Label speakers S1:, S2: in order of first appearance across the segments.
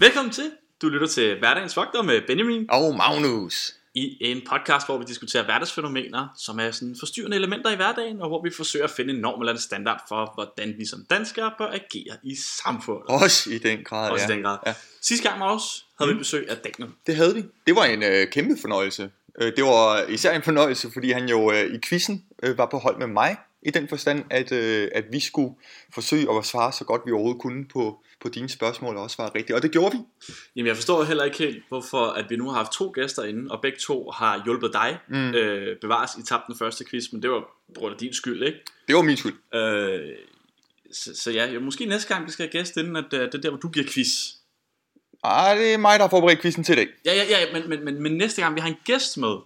S1: Velkommen til. Du lytter til Hverdagens Vogter med Benjamin
S2: Og Magnus.
S1: i en podcast, hvor vi diskuterer hverdagsfænomener, som er sådan forstyrrende elementer i hverdagen, og hvor vi forsøger at finde en norm eller en standard for, hvordan vi som danskere bør agere i samfundet.
S2: Også i den grad,
S1: Også
S2: ja.
S1: i den grad.
S2: Ja.
S1: Sidste gang med os havde
S2: Mm.
S1: vi besøg af Daniel.
S2: Det havde vi. Det var en øh, kæmpe fornøjelse. Øh, det var især en fornøjelse, fordi han jo øh, i quizzen øh, var på hold med mig, i den forstand, at, øh, at vi skulle forsøge at svare så godt vi overhovedet kunne på, på dine spørgsmål, og også svare rigtigt. Og det gjorde vi.
S1: Jamen, jeg forstår heller ikke helt, hvorfor at vi nu har haft to gæster inde, og begge to har hjulpet dig.
S2: Mm.
S1: Øh, bevares, I tabte den første quiz, men det var på grund af din skyld, ikke?
S2: Det var min skyld.
S1: Øh, så, så ja, jo, måske næste gang, vi skal have gæst inden, at øh, det er der, hvor du giver quiz.
S2: Ej, det er mig, der har forberedt quizzen til i dag.
S1: Ja, ja, ja, men, men, men, men næste gang vi har en gæst med,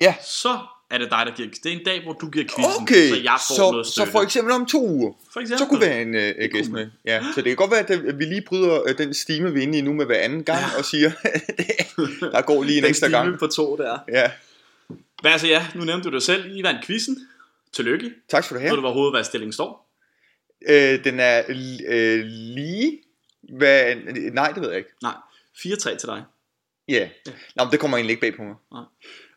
S2: Ja.
S1: så er det dig, der giver Det er en dag, hvor du giver quizzen,
S2: Okay,
S1: så jeg får noget
S2: så,
S1: støtte.
S2: så for eksempel om to uger,
S1: for eksempel.
S2: så kunne være en øh, gæst
S1: kunne
S2: med. Ja, så det kan godt være, at vi lige bryder øh, den stime, vi er inde i nu med hver anden gang, og siger, der går lige en
S1: Den
S2: ekstra
S1: stime
S2: gang.
S1: på to der.
S2: Ja,
S1: Men altså ja, nu nævnte du det selv. I vandt quizzen. Tillykke. Ja.
S2: tak skal du have.
S1: Ved du, hvor hovedværdsstillingen står?
S2: Øh, den er l- øh, lige... Hvad, nej, det ved jeg ikke.
S1: Nej, 4-3 til dig.
S2: Ja.
S1: Ja.
S2: Yeah. Nå, men det kommer egentlig ikke bag på mig.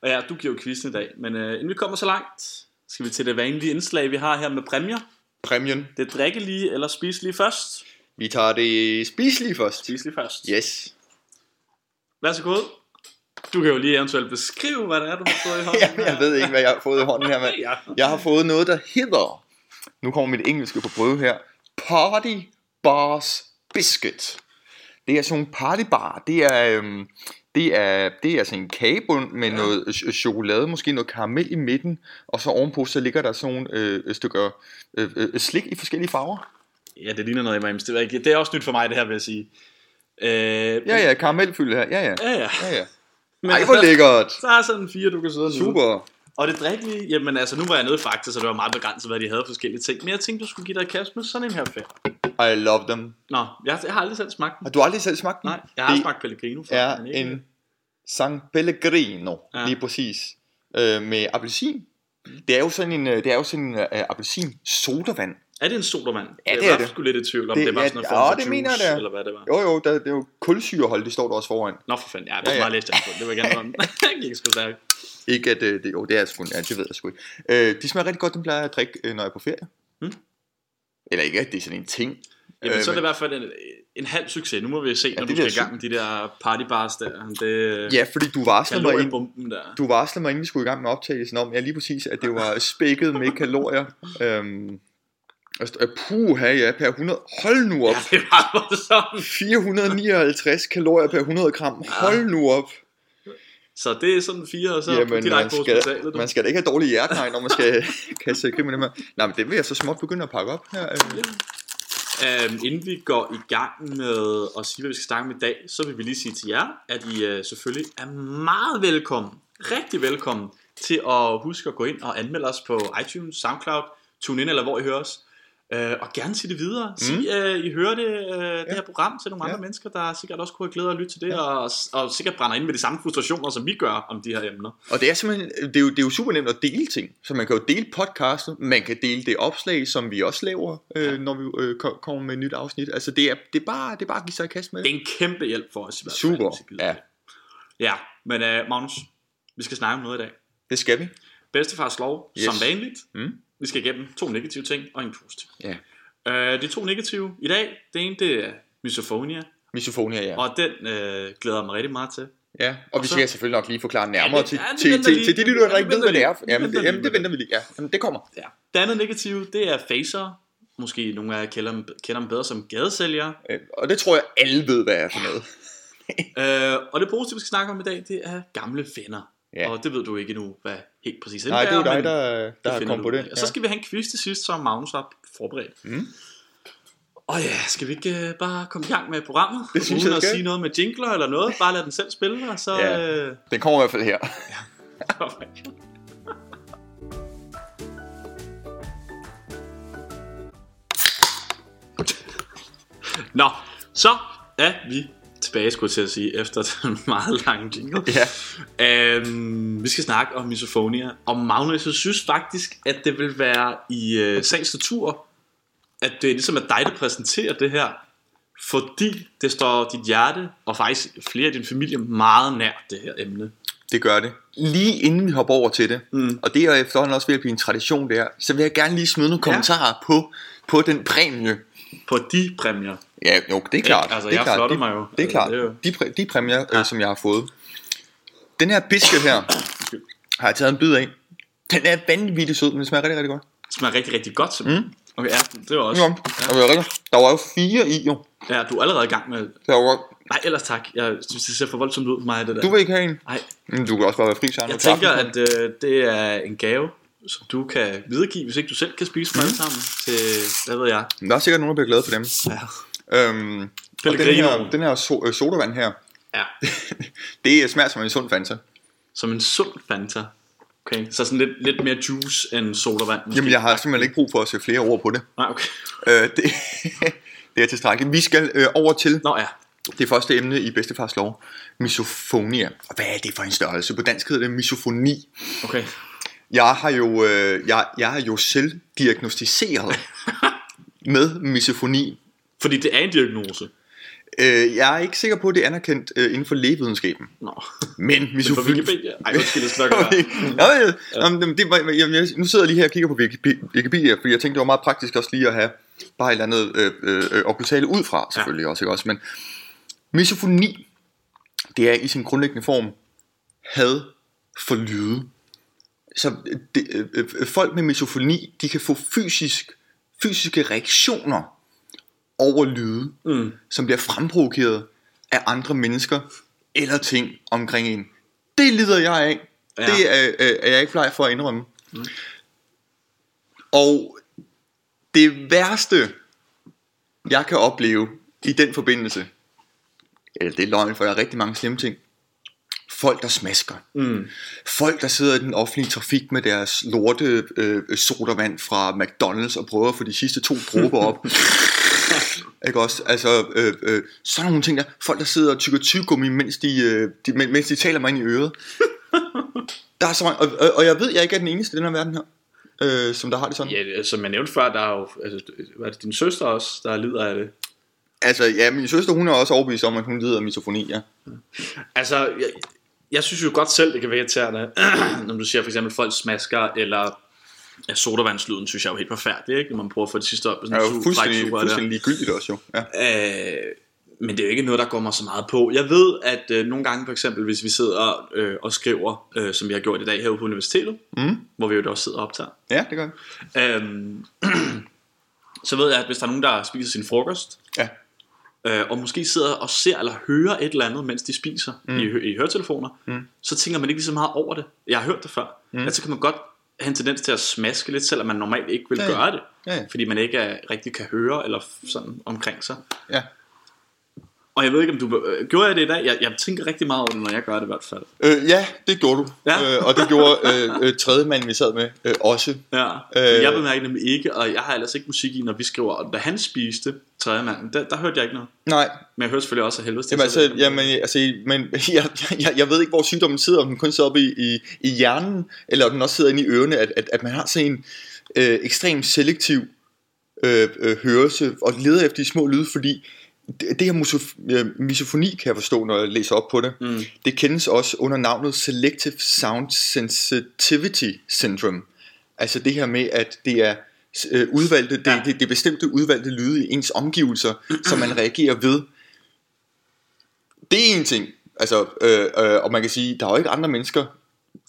S1: Og ja, du giver jo quizzen i dag. Men øh, inden vi kommer så langt, skal vi til det vanlige indslag, vi har her med præmier.
S2: Præmien.
S1: Det er drikke lige eller spise lige først.
S2: Vi tager det spiselige først.
S1: Spise lige først.
S2: Yes.
S1: Vær så god. Du kan jo lige eventuelt beskrive, hvad det er, du har fået i hånden.
S2: Jamen, jeg ved ikke, hvad jeg har fået i hånden her, mand.
S1: Ja.
S2: Jeg har fået noget, der hedder... Nu kommer mit engelske på prøve her. Party Bars Biscuit. Det er sådan en partybar. Det er, øhm, det er, det er sådan en kagebund med
S1: Ja.
S2: ja. noget ch- chokolade, måske noget karamel i midten, og så ovenpå, så ligger der sådan nogle øh, stykker øh, øh, slik i forskellige farver.
S1: Ja, det ligner noget, Imames. Det, ved jeg ikke. det er også nyt for mig, det her, vil jeg sige. Øh,
S2: Ja, ja, karamelfyldt her. Ja, ja.
S1: ja, ja.
S2: ja, ja.
S1: Men, altså-
S2: Ej, hvor lækkert.
S1: Så er sådan fire, du kan sidde og nyde.
S2: Super.
S1: Og det drikkelige, jamen altså, nu var jeg nede i Fakta, så det var meget begrænset, hvad de havde af forskellige ting. Men jeg tænkte, du skulle give dig et kast med sådan en her fag.
S2: I love them.
S1: Nå, jeg, jeg har aldrig selv smagt den.
S2: Har du aldrig selv smagt den?
S1: Nej, jeg har
S2: Det
S1: smagt Pellegrino før.
S2: er
S1: men
S2: en San Pellegrino,
S1: Ja.
S2: ja. lige præcis, øh, med appelsin. Det er jo sådan en, øh, det er jo sådan en øh, appelsin sodavand.
S1: Er det en sodavand?
S2: Ja, det
S1: jeg
S2: er
S1: var
S2: det.
S1: sgu lidt i tvivl om, det,
S2: Det-
S1: var
S2: ja,
S1: sådan en form for
S2: ja,
S1: juice,
S2: det mener jeg, det er.
S1: eller hvad det var.
S2: Jo, jo, der, det er jo kulsyrehold, det står der også foran.
S1: Nå for fanden, ja, det var
S2: Ja, ja.
S1: meget læst, jeg havde fået. det var gerne om. Det gik sgu stærkt.
S2: Ikke at, øh, det, jo, det er sgu, ja, det ved jeg sgu ikke. Øh, de smager rigtig godt, den plejer jeg at drikke, øh, når jeg er på ferie.
S1: Mm.
S2: Eller ikke, at det er sådan en ting.
S1: Jamen,
S2: Øh,
S1: så er det
S2: men-
S1: i hvert fald en, en halv succes. Nu må vi se, når
S2: det
S1: du
S2: bliver
S1: skal i gang med de der partybars der. Det,
S2: Ja, fordi du varslede mig ind,
S1: kaloriebomben der.
S2: du varslede mig, inden vi skulle i gang med optagelsen om, ja lige præcis, at det var spækket med kalorier. Øhm, altså, puha, ja, per 100, hold nu op.
S1: Ja, det var voldsomt.
S2: 459 kalorier per 100 gram, hold nu op.
S1: Så det er sådan fire, og så Jamen,
S2: Jamen, man
S1: direkte på hospitalet.
S2: skal,
S1: Du.
S2: man skal da ikke have dårlig hjertegn, når man skal kaste krig med dem her. Nej, men det vil jeg så småt begynde at pakke op her. øh.
S1: Øhm, inden vi går i gang med at sige, hvad vi skal snakke om i dag, så vil vi lige sige til jer, at I øh, selvfølgelig er meget velkommen, rigtig velkommen, til at huske at gå ind og anmelde os på iTunes, Soundcloud, TuneIn eller hvor I hører os. Øh, og gerne sige det videre. Sig, øh, I hører det, øh, det her program til nogle andre
S2: Mm. Ja.
S1: mennesker, der sikkert også kunne have glæde af at lytte til det, og, og sikkert brænder ind med de samme frustrationer, som vi gør om de her emner.
S2: Og det er simpelthen, det er, jo, det er jo super nemt at dele ting. Så man kan jo dele podcasten, man kan dele det opslag, som vi også laver, øh, når vi øh, ko- kommer med et nyt afsnit. Altså det er, det er, bare, det er bare at give sig i kast med det.
S1: Det er en kæmpe hjælp for os i hvert fald.
S2: Super,
S1: hvis I gider
S2: ja.
S1: det. ja, men øh, Magnus, vi skal snakke om noget i dag.
S2: Det skal vi.
S1: Bedstefars lov, yes.
S2: Yes.
S1: som vanligt.
S2: Mm.
S1: Vi skal igennem to negative ting og en positiv.
S2: Ja.
S1: Øh, de to negative i dag, det ene det er misofonia,
S2: Misofonia, ja.
S1: og den øh, glæder jeg mig rigtig meget til.
S2: Ja, og vi
S1: så-
S2: skal selvfølgelig nok lige forklare nærmere
S1: Ja, det-
S2: til,
S1: ja, det
S2: til,
S1: venter
S2: til,
S1: lige.
S2: til de lyttere, der
S1: Ja,
S2: ikke ved,
S1: venter
S2: hvad det er.
S1: lige.
S2: Jamen,
S1: Venter
S2: det, jamen,
S1: lige
S2: det
S1: med
S2: venter vi lige. Ja, jamen, det kommer.
S1: Ja. Det andet negative, det er facer. Måske nogle af jer kender dem, kender dem bedre som gadesælgere.
S2: Øh, Og det tror jeg, alle ved, hvad er for noget.
S1: Øh, og det positive, vi skal snakke om i dag, det er gamle venner.
S2: Ja.
S1: Og det ved du ikke endnu, hvad helt præcis
S2: Nej, det er jo
S1: indebærer,
S2: dig,
S1: men
S2: der, der har
S1: finder
S2: kommet på
S1: du.
S2: den.
S1: Og så skal vi have en quiz til sidst, som Magnus har forberedt.
S2: Mm.
S1: Og ja, skal vi ikke øh, bare komme i gang med programmet?
S2: Det synes jeg,
S1: uden
S2: vi
S1: at
S2: skal.
S1: sige noget med jingler eller noget. Bare lad den selv spille, og så...
S2: Ja.
S1: Øh,
S2: Den kommer i hvert fald her.
S1: Nå, så er vi tilbage, skulle jeg til at sige, efter den meget lange jingle.
S2: Ja.
S1: Øhm, vi skal snakke om misofonia. Og Magnus, jeg synes faktisk, at det vil være i øh, sagens natur, at det ligesom er dig, der præsenterer det her. fordi det står dit hjerte og faktisk flere af din familie meget nært det her emne.
S2: Det gør det. Lige inden vi hopper over til det,
S1: Mm.
S2: og det er efterhånden også ved at blive en tradition der, så vil jeg gerne lige smide nogle
S1: Ja.
S2: kommentarer på, på den præmie.
S1: På de præmier.
S2: Ja, jo, det er klart.
S1: altså,
S2: det er
S1: jeg
S2: klart.
S1: flotter
S2: Det-
S1: mig jo.
S2: Det er
S1: Altså,
S2: klart.
S1: det er jo-
S2: De, præ- de præmier, øh, som jeg har fået. Den her biscuit her, har jeg taget en bid af. Den er vanvittig sød, men den smager rigtig, rigtig godt.
S1: Det smager rigtig, rigtig godt simpelthen. Mm. Okay, ja, det var også...
S2: Ja. Der, var, rigtig- der var jo fire i, jo.
S1: Ja, du er allerede i gang med...
S2: Der var,
S1: Nej, ellers tak. Jeg synes, det ser for voldsomt ud for mig, det der.
S2: du vil ikke have en?
S1: Nej,
S2: Men du kan også bare være fri, Søren.
S1: jeg
S2: og klare
S1: tænker,
S2: den.
S1: at øh, det er en gave, som du kan videregive, hvis ikke du selv kan spise dem
S2: Mhm.
S1: alle sammen til, hvad ved jeg.
S2: Men Der er sikkert nogen, der bliver glade for dem.
S1: Ja.
S2: Øhm, og den
S1: Pellegrino.
S2: her, den her so- øh, sodavand her,
S1: ja.
S2: det øh, smager som en sund fanta.
S1: Som en sund Fanta. Okay, så sådan lidt, lidt mere juice end sodavand. Måske.
S2: Jamen, jeg har simpelthen ikke brug for at se flere ord på det.
S1: Nej, okay.
S2: Øh, det, det er tilstrækkeligt. Vi skal øh, over til
S1: Nå ja,
S2: det første emne i Bedstefars lov, misofonia. Og hvad er det for en størrelse? På dansk hedder det misofoni.
S1: okay.
S2: Jeg har jo, øh, jeg, jeg er jo selv diagnostiseret med misofoni.
S1: Fordi det er en diagnose.
S2: Øh, jeg er ikke sikker på, at det er anerkendt øh, inden for lægevidenskaben.
S1: Nå,
S2: Men
S1: det er på
S2: misofoni...
S1: Wikipedia. Ej, undskyld, det skal nok
S2: Okay.
S1: være.
S2: Ja, ja. Nå, men det var, jeg, jeg, nu sidder jeg lige her og kigger på Wiki- Wikipedia, fordi jeg tænkte, det var meget praktisk også lige at have bare et eller andet øh, øh, øh, at kunne tale ud fra, selvfølgelig ja. også, ikke også? Men misofoni, det er i sin grundlæggende form had for lyde. Så øh, det, øh, øh, folk med misofoni, de kan få fysisk, fysiske reaktioner over lyde,
S1: Mm.
S2: som bliver fremprovokeret af andre mennesker eller ting omkring en. Det lider jeg af.
S1: Ja.
S2: Ja. Det er, øh, er jeg ikke fleg for at indrømme. Mm. Og det værste, jeg kan opleve i den forbindelse, eller det er løgn, for jeg har rigtig mange slemme ting, folk der smasker.
S1: Mm.
S2: Folk, der sidder i den offentlige trafik med deres lorte øh, sodavand fra McDonald's og prøver at få de sidste to dråber op. ikke også? Altså, øh, øh, sådan nogle ting der. Folk, der sidder og tykker tyggegummi, mens de, øh, de, men- mens de taler mig ind i øret. Der er så mange, og, og, og jeg ved, jeg ikke er den eneste i den her verden her, øh, som der har det sådan.
S1: Ja, det- som jeg nævnte før, der er jo, altså, var det din søster også, der lider af det?
S2: Altså, ja, min søster, hun er også overbevist om, at hun lider af misofoni, ja.
S1: Altså, jeg, jeg synes jo godt selv, det kan være irriterende, når du siger for eksempel, folk smasker, eller ja, sodavandslyden synes jeg er jo helt forfærdelig, ikke? Når man prøver at få det sidste op med
S2: Det er
S1: sådan
S2: jo
S1: en
S2: Altså, fuldstændig,
S1: fræksugerør der.
S2: fuldstændig ligegyldigt også, jo. Ja.
S1: Øh, men det er jo ikke noget, der går mig så meget på. Jeg ved, at øh, nogle gange for eksempel, hvis vi sidder øh, og skriver, øh, som vi har gjort i dag herude på universitetet,
S2: Mm.
S1: hvor vi jo da også sidder og optager,
S2: ja, det gør jeg.
S1: øh, så ved jeg, at hvis der er nogen, der spiser sin frokost,
S2: Ja.
S1: øh, og måske sidder og ser eller hører et eller andet, mens de spiser mm. i, hø- i høretelefoner,
S2: Mm.
S1: så tænker man ikke lige så meget over det. Jeg har hørt det før. Mm. Altså kan man godt have en tendens til at smaske lidt, selvom man normalt ikke vil
S2: Ja,
S1: ja,
S2: ja.
S1: gøre det.
S2: Ja, ja.
S1: Fordi man ikke er, rigtig kan høre eller f- sådan omkring sig.
S2: ja.
S1: Og jeg ved ikke, om du... Øh, gjorde jeg det i dag? Jeg, jeg tænker rigtig meget over det, når jeg gør det i hvert fald.
S2: Øh, ja, det gjorde du.
S1: Ja.
S2: Ja. Øh, og det gjorde øh, øh, tredje mand, vi sad med, øh, også.
S1: Ja. Øh.
S2: Øh.
S1: Jeg bemærker nemlig ikke, og jeg har ellers ikke musik i, når vi skriver. Og da han spiste tredje mand, der, der hørte jeg ikke noget.
S2: Nej,
S1: Men jeg hørte selvfølgelig også af helvede.
S2: jamen, altså, jamen, altså, men jeg, jeg, jeg ved ikke, hvor sygdommen sidder, om den kun sidder oppe i, i, i hjernen, eller om den også sidder inde i ørerne, at, at, at man har sådan en øh, ekstrem selektiv øh, øh, hørelse, og leder efter de små lyde, fordi det, det her musof- øh, misofoni, kan jeg forstå, når jeg læser op på det,
S1: Mm.
S2: det kendes også under navnet Selective Sound Sensitivity Syndrome. Altså det her med, at det er øh, udvalgte, det,
S1: Ja.
S2: det, det er bestemte udvalgte lyde i ens omgivelser, som man reagerer ved. Det er en ting. Altså, øh, øh, og man kan sige, der er jo ikke andre mennesker.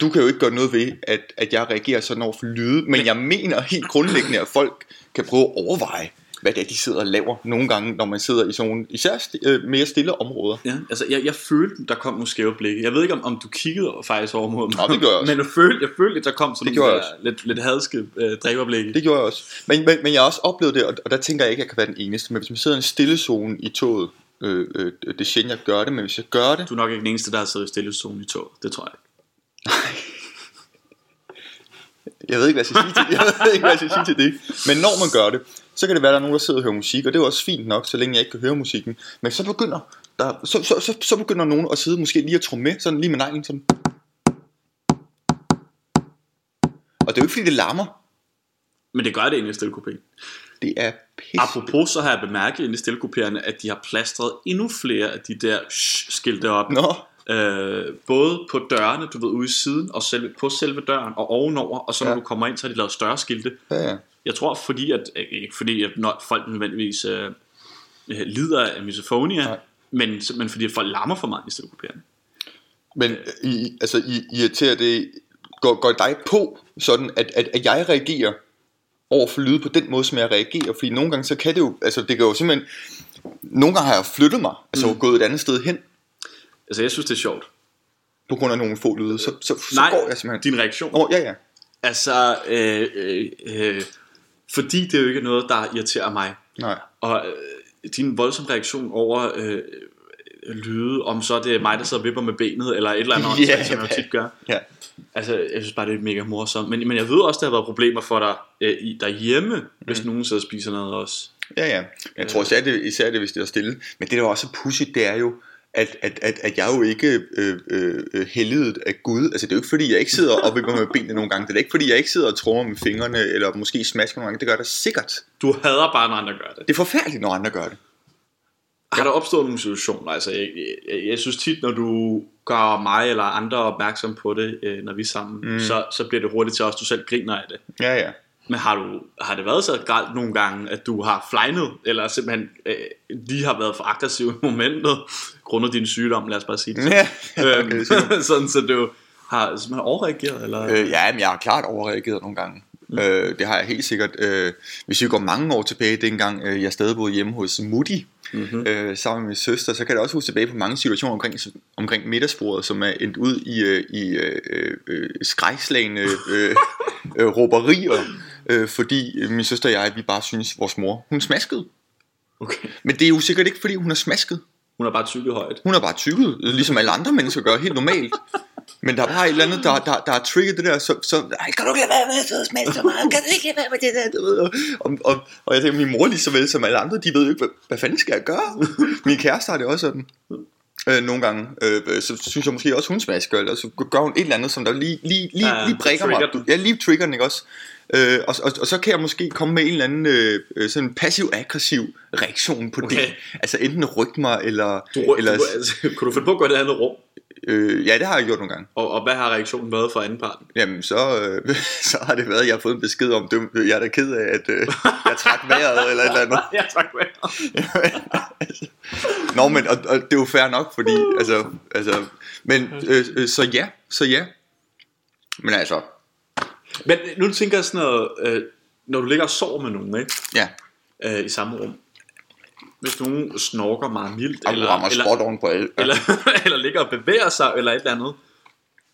S2: Du kan jo ikke gøre noget ved, at, at jeg reagerer sådan over for lyde, men, men jeg mener helt grundlæggende, at folk kan prøve at overveje, hvad det er, de sidder og laver nogle gange, når man sidder i sådan nogle især sti- øh, mere stille områder.
S1: Ja, altså jeg, jeg følte, der kom nogle skæve blikke. Jeg ved ikke, om, om du kiggede over- faktisk over mod mig.
S2: Nå, det gjorde jeg også.
S1: Men jeg følte, jeg følte, at der kom sådan
S2: Det gjorde
S1: nogle
S2: jeg
S1: der, lidt, lidt hadske øh, dræberblikke.
S2: Det gjorde jeg også. Men, men, men jeg har også oplevet det, og, og der tænker jeg ikke, at jeg kan være den eneste. Men hvis man sidder i en stille zone i toget, øh, øh, det er sjældent, jeg gør det, men hvis jeg gør det,
S1: Du er nok ikke den eneste, der har siddet i stillezonen i tog. Det tror jeg ikke.
S2: jeg ved ikke, hvad jeg skal sige til det. Jeg ved ikke, hvad jeg skal sige til det. Men når man gør det, så kan det være, at der er nogen, der sidder og hører musik, og det er jo også fint nok, så længe jeg ikke kan høre musikken. Men så begynder, der, så, så, så, så begynder nogen at sidde måske lige at trumme med, sådan lige med neglen, sådan. Og det er jo ikke, fordi det larmer.
S1: Men det gør det egentlig i stillekopé.
S2: Det er pis.
S1: Apropos, så har jeg bemærket inde i stilgrupperne, at de har plastret endnu flere af de der skilte op.
S2: Nå,
S1: Øh, både på dørene, du ved, ude i siden, og selv, på selve døren, og ovenover, og så når
S2: Ja.
S1: du kommer ind, så har de lavet større skilte.
S2: ja, ja.
S1: Jeg tror, fordi at, øh, ikke fordi at når folk nødvendigvis øh, øh, lider af misofonia,
S2: Nej.
S1: men simpelthen fordi at folk lammer for meget i stilgrupperne.
S2: Men I, altså, I, I irriterer det, går, går dig på, sådan at, at, at jeg reagerer over for lyde på den måde, som jeg reagerer, fordi nogle gange, så kan det jo, altså det kan jo simpelthen, nogle gange har jeg flyttet mig, altså mm. gået et andet sted hen,
S1: Altså, jeg synes, det er sjovt.
S2: på grund af nogle få lyde, så, så, så
S1: Nej,
S2: går jeg simpelthen.
S1: din reaktion.
S2: Åh, oh, ja, ja.
S1: Altså, øh, øh, øh, fordi det er jo ikke noget, der irriterer mig.
S2: Nej.
S1: Og øh, din voldsomme reaktion over øh, øh, lyde, om så det er mig, der sidder og vipper med benet, eller et eller andet,
S2: Ja,
S1: yeah, som jeg jo
S2: hvad?
S1: tit gør.
S2: Ja.
S1: Altså, jeg synes bare, det er mega morsomt. Men, men jeg ved også, der har været problemer for dig øh, i, derhjemme, mm. hvis nogen sidder og spiser noget også.
S2: Ja, ja. Men Jeg tror især det, især det, hvis det er stille. Men det, der også er pudsigt, det er jo, at, at, at, at jeg jo ikke øh, øh, helliget af Gud. Altså, det er jo ikke, fordi jeg ikke sidder og vipper med benene nogle gange. Det er da ikke, fordi jeg ikke sidder og trummer med fingrene, eller måske smasker nogle gange. Det gør det sikkert.
S1: Du hader bare, når andre gør det.
S2: Det er forfærdeligt, når andre gør det.
S1: Har der opstået nogle situationer? Altså, jeg, jeg, jeg synes tit, når du gør mig eller andre opmærksom på det, øh, når vi er sammen, mm. så, så bliver det hurtigt til os, du selv griner af det.
S2: Ja, ja.
S1: Men har, du, har det været så galt nogle gange, at du har flejnet, eller simpelthen øh, lige har været for aggressiv i momentet, grundet din sygdom, lad os bare sige det.
S2: Ja,
S1: øhm,
S2: okay, super.
S1: sådan, så du har simpelthen overreageret, eller? Øh.
S2: Øh, ja, men jeg har klart overreageret nogle gange. Mm. Øh, det har jeg helt sikkert. Øh, hvis vi går mange år tilbage, dengang øh, jeg stadig boede hjemme hos Mutti, mm-hmm. øh, sammen med min søster, så kan jeg da også huske tilbage på mange situationer omkring, omkring middagsbordet, som er endt ud i, øh, i øh, øh, skrækslagende øh, øh, råberier, øh, fordi øh, min søster og jeg, vi bare synes, vores mor, hun smaskede.
S1: Okay.
S2: Men det er jo sikkert ikke, fordi hun har smasket.
S1: Hun er bare tydelig højt.
S2: Hun har bare tykket, ligesom alle andre mennesker gør, helt normalt. Men der er bare et eller andet, der, der, der har trigget det der, så, så ej, kan du ikke lade være med at sidde og smage så meget? Kan du ikke lade være med det der? Du ved, og, og, og, og jeg tænker, min mor lige så vel som alle andre, de ved jo ikke, hvad, hvad fanden skal jeg gøre? Min kæreste har det også sådan. Øh, nogle gange, øh, øh, så synes jeg måske også, hun smasker, eller så gør hun et eller andet, som der lige, lige, lige,
S1: Ja,
S2: lige prikker mig.
S1: trigger den.
S2: Ja, lige trigger den, ikke også? Øh, og, og, og så kan jeg måske komme med en eller anden øh, øh, sådan passiv-aggressiv reaktion på okay.
S1: Okay.
S2: det. Altså enten rykke mig, eller...
S1: Du, rø- altså-
S2: eller
S1: du, altså, kunne du finde på at gå i det andet rum?
S2: Øh, ja, det har jeg gjort nogle gange.
S1: Og, og hvad har reaktionen været fra anden part?
S2: Jamen, så, øh, så har det været, at jeg har fået en besked om, det, jeg er da ked af, at øh, jeg trak vejret eller et eller andet.
S1: ja, tak. vel.
S2: Nå, men og, og det er jo fair nok, fordi, altså, altså men, øh, øh, så ja, så ja. Men altså,
S1: Men nu tænker jeg sådan noget, øh, når du ligger og sover med nogen, ikke?
S2: ja,
S1: øh, i samme rum. Hvis nogen snorker meget mildt,
S2: og du rammer
S1: eller,
S2: spot oven på alle.
S1: eller, eller ligger og bevæger sig, eller et eller andet.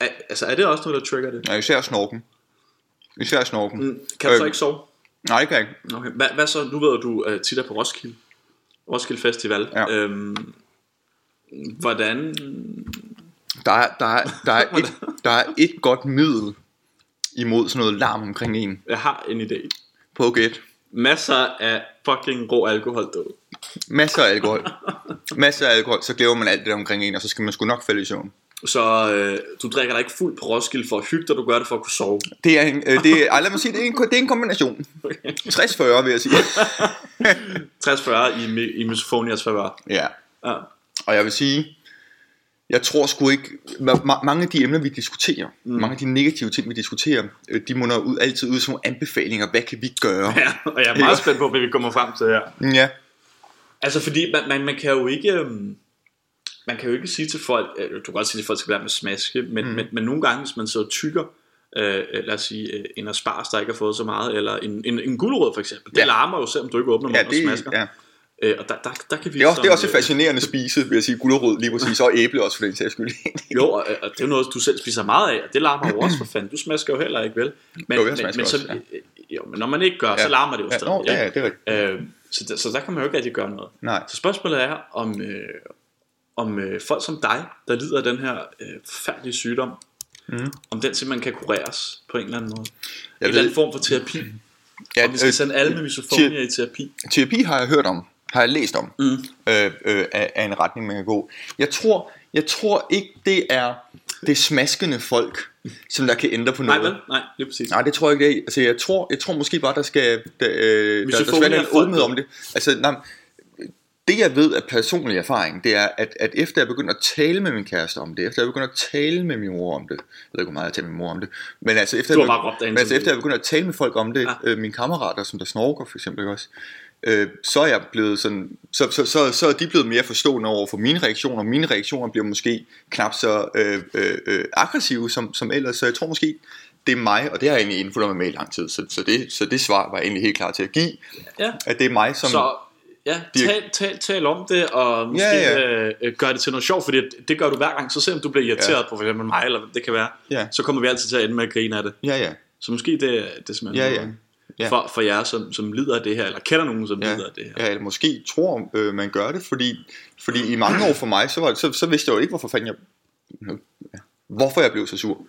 S1: Er, altså, er det også noget, der trigger det?
S2: Ja, især snorken. Især snorken. Mm.
S1: Kan du så
S2: Øhm.
S1: ikke sove?
S2: Nej, det kan jeg ikke.
S1: Okay. Hvad, hvad så? Nu ved jeg, du uh, tit er på Roskilde. Roskilde Festival.
S2: Ja.
S1: Øhm, hvordan...
S2: Der er, der, er, der, er et, der er et godt middel imod sådan noget larm omkring en.
S1: Jeg har en idé.
S2: På gæt.
S1: Masser af fucking rå alkohol, dog.
S2: Masser af alkohol. Masser af alkohol, så glemmer man alt det der omkring en, og så skal man sgu nok falde i søvn.
S1: Så øh, du drikker dig ikke fuld på Roskilde for at hygge dig, du gør det for at kunne sove.
S2: Det er en, øh, det er, ej, lad mig sige, det er en, det er en kombination. 60-40, vil jeg sige.
S1: 60-40 i, mi- i misofonias favør.
S2: Ja,
S1: Ja.
S2: og jeg vil sige, jeg tror sgu ikke, ma- ma- mange af de emner, vi diskuterer, mm. mange af de negative ting, vi diskuterer, øh, de munder ud, altid ud som anbefalinger. Hvad kan vi gøre?
S1: ja, og jeg er meget spændt på, hvad vi kommer frem til her.
S2: Ja,
S1: Altså fordi man, man, man kan jo ikke øhm, Man kan jo ikke sige til folk øh, Du kan godt sige til folk skal være med smaske Men,
S2: Mhm.
S1: mm. men, men nogle gange hvis man sidder og tykker øh, øh, Lad os sige øh, en aspars der ikke har fået så meget Eller en, en, en gulerod for eksempel Det
S2: Ja.
S1: larmer jo selvom du ikke åbner
S2: ja,
S1: munden og
S2: det,
S1: smasker
S2: ja.
S1: øh, Og der, der, der kan vi
S2: Det, er også, det er også et
S1: sådan, øh,
S2: fascinerende spise, vil jeg sige. Gulerod lige præcis, og æble også for den sags skyld.
S1: Jo og, øh, og det er jo noget du selv spiser meget af Og det larmer jo også for fanden Du smasker jo heller ikke vel Men,
S2: Jo,
S1: men,
S2: jeg smasker
S1: men,
S2: også,
S1: så, øh, jo, men når man ikke gør ja. så larmer det jo
S2: ja,
S1: stadig
S2: nå, ja, det er rigtigt.
S1: Øh, så, der, så der kan man jo ikke rigtig gøre noget.
S2: Nej.
S1: Så spørgsmålet er, om, øh, om øh, folk som dig, der lider af den her øh, forfærdelige sygdom, mm. om den simpelthen kan kureres på en eller anden måde. en eller anden form for terapi.
S2: Ja,
S1: Om vi skal
S2: øh,
S1: sende alle med misofonia i terapi.
S2: Terapi har jeg hørt om, har jeg læst om, mm. øh, øh, af, af en retning, man kan gå. Jeg tror, jeg tror ikke, det er det smaskende folk, som der kan ændre på
S1: Nej,
S2: noget.
S1: vel? Nej, lige præcis.
S2: Nej, det tror jeg ikke, det er. Altså, jeg tror, jeg tror måske bare, der skal, der, øh,
S1: Hvis
S2: der,
S1: jeg
S2: der
S1: får
S2: skal være
S1: mere
S2: en
S1: folk
S2: åbenhed
S1: med.
S2: om det. Altså, nej, det jeg ved af personlig erfaring, det er, at, at efter jeg begyndte at tale med min kæreste om det, efter jeg begyndte at tale med min mor om det, jeg ved ikke, hvor meget jeg talte med min mor om det, men altså efter,
S1: Du
S2: jeg,
S1: har bare råbt af
S2: men
S1: hende,
S2: altså,
S1: som
S2: efter
S1: det
S2: jeg begyndte at tale med folk om det,
S1: Ah.
S2: øh, mine kammerater, som der snorker for eksempel ikke også, øh, så er jeg blevet sådan, så, så, så, så er de blevet mere forstående over for mine reaktioner. Mine reaktioner bliver måske knap så øh, øh, øh, aggressive som, som ellers, så jeg tror måske, det er mig, og det har jeg egentlig indfuldt mig med i lang tid, så, så, det, så det svar var jeg egentlig helt klar til at give,
S1: Ja.
S2: at det er mig, som...
S1: Så ja,
S2: De-
S1: tal, tal, tal om det, og måske
S2: Ja,
S1: ja,
S2: ja.
S1: ja. Øh, øh, gør det til noget sjovt, fordi det- det gør du hver gang. Så selvom du bliver irriteret ja. på for eksempel mig, eller hvad det kan være,
S2: Ja.
S1: så kommer vi altid til at ende med at grine af det.
S2: Ja, ja.
S1: Så måske det, det er simpelthen
S2: Ja,
S1: noget
S2: ja. Ja.
S1: ja. For, for jer, som, som lider af det her, eller kender nogen, som
S2: Ja,
S1: lider af det her.
S2: ja, eller måske tror øh, man gør det, fordi, fordi i mange år for mig, så, var det, så, så vidste jeg jo ikke, hvorfor fanden jeg, hvorfor jeg blev så sur.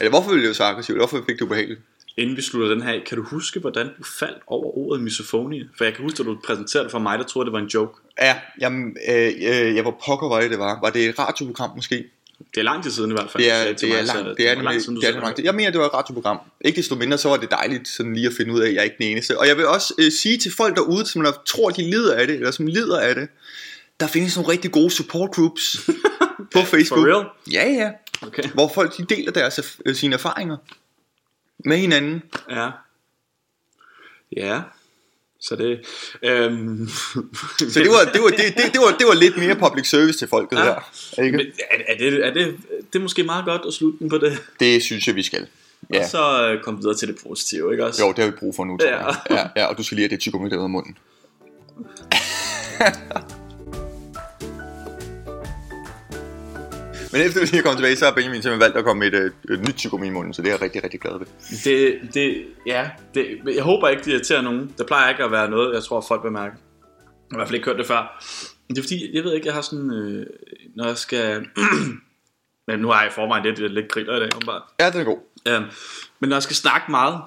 S2: Eller hvorfor jeg blev så aggressiv, eller hvorfor jeg fik det ubehageligt.
S1: Inden vi slutter den her af, kan du huske, hvordan du faldt over ordet misofonie? For jeg kan huske, at du præsenterede det for mig, der troede, det var en joke.
S2: Ja, jamen, øh, øh, jeg var pokker, var det, det var. Var det et radioprogram måske?
S1: Det er lang tid siden i hvert fald. du
S2: Det er,
S1: sagde til
S2: det er,
S1: mig, så
S2: langt, det er,
S1: var
S2: nemlig-
S1: siden, du
S2: det er
S1: sagde
S2: langt. Jeg mener, det var et radioprogram. Ikke desto mindre, så var det dejligt sådan lige at finde ud af, at jeg er ikke den eneste. Og jeg vil også øh, sige til folk derude, som der tror, de lider af det, eller som lider af det, der findes nogle rigtig gode support groups på Facebook.
S1: real?
S2: Ja, ja.
S1: Okay.
S2: Hvor folk de deler deres, erf- øh, sine erfaringer med hinanden.
S1: Ja. Ja. Så det... Øhm,
S2: Så det var, det var, det, det, det var, det var lidt mere public service til folket
S1: Ja.
S2: her. Ikke?
S1: Men er, er, det, er det, det er måske meget godt at slutte den på det,
S2: Det synes jeg, vi skal.
S1: ja.
S2: Ja.
S1: og så øh, komme videre til det positive, ikke også?
S2: Jo, det har vi brug for nu, tror
S1: Ja.
S2: jeg. Ja, ja, og du skal lige have det tyggegummi der ud af munden. Men efter vi lige er kommet tilbage, så har Benjamin simpelthen valgt at komme med et, øh, et nyt tyggegummi i munden, så det er jeg rigtig, rigtig glad ved.
S1: Det, det, ja, det, men jeg håber ikke, det irriterer nogen. Der plejer ikke at være noget, jeg tror, folk bemærker. Jeg har i hvert fald ikke hørt det før. Men Det er fordi, jeg ved ikke, jeg har sådan... Øh, når jeg skal... Men nu har jeg i forvejen lidt, lidt griller i dag, åbenbart.
S2: Ja, den er god.
S1: Øhm, men når jeg skal snakke meget,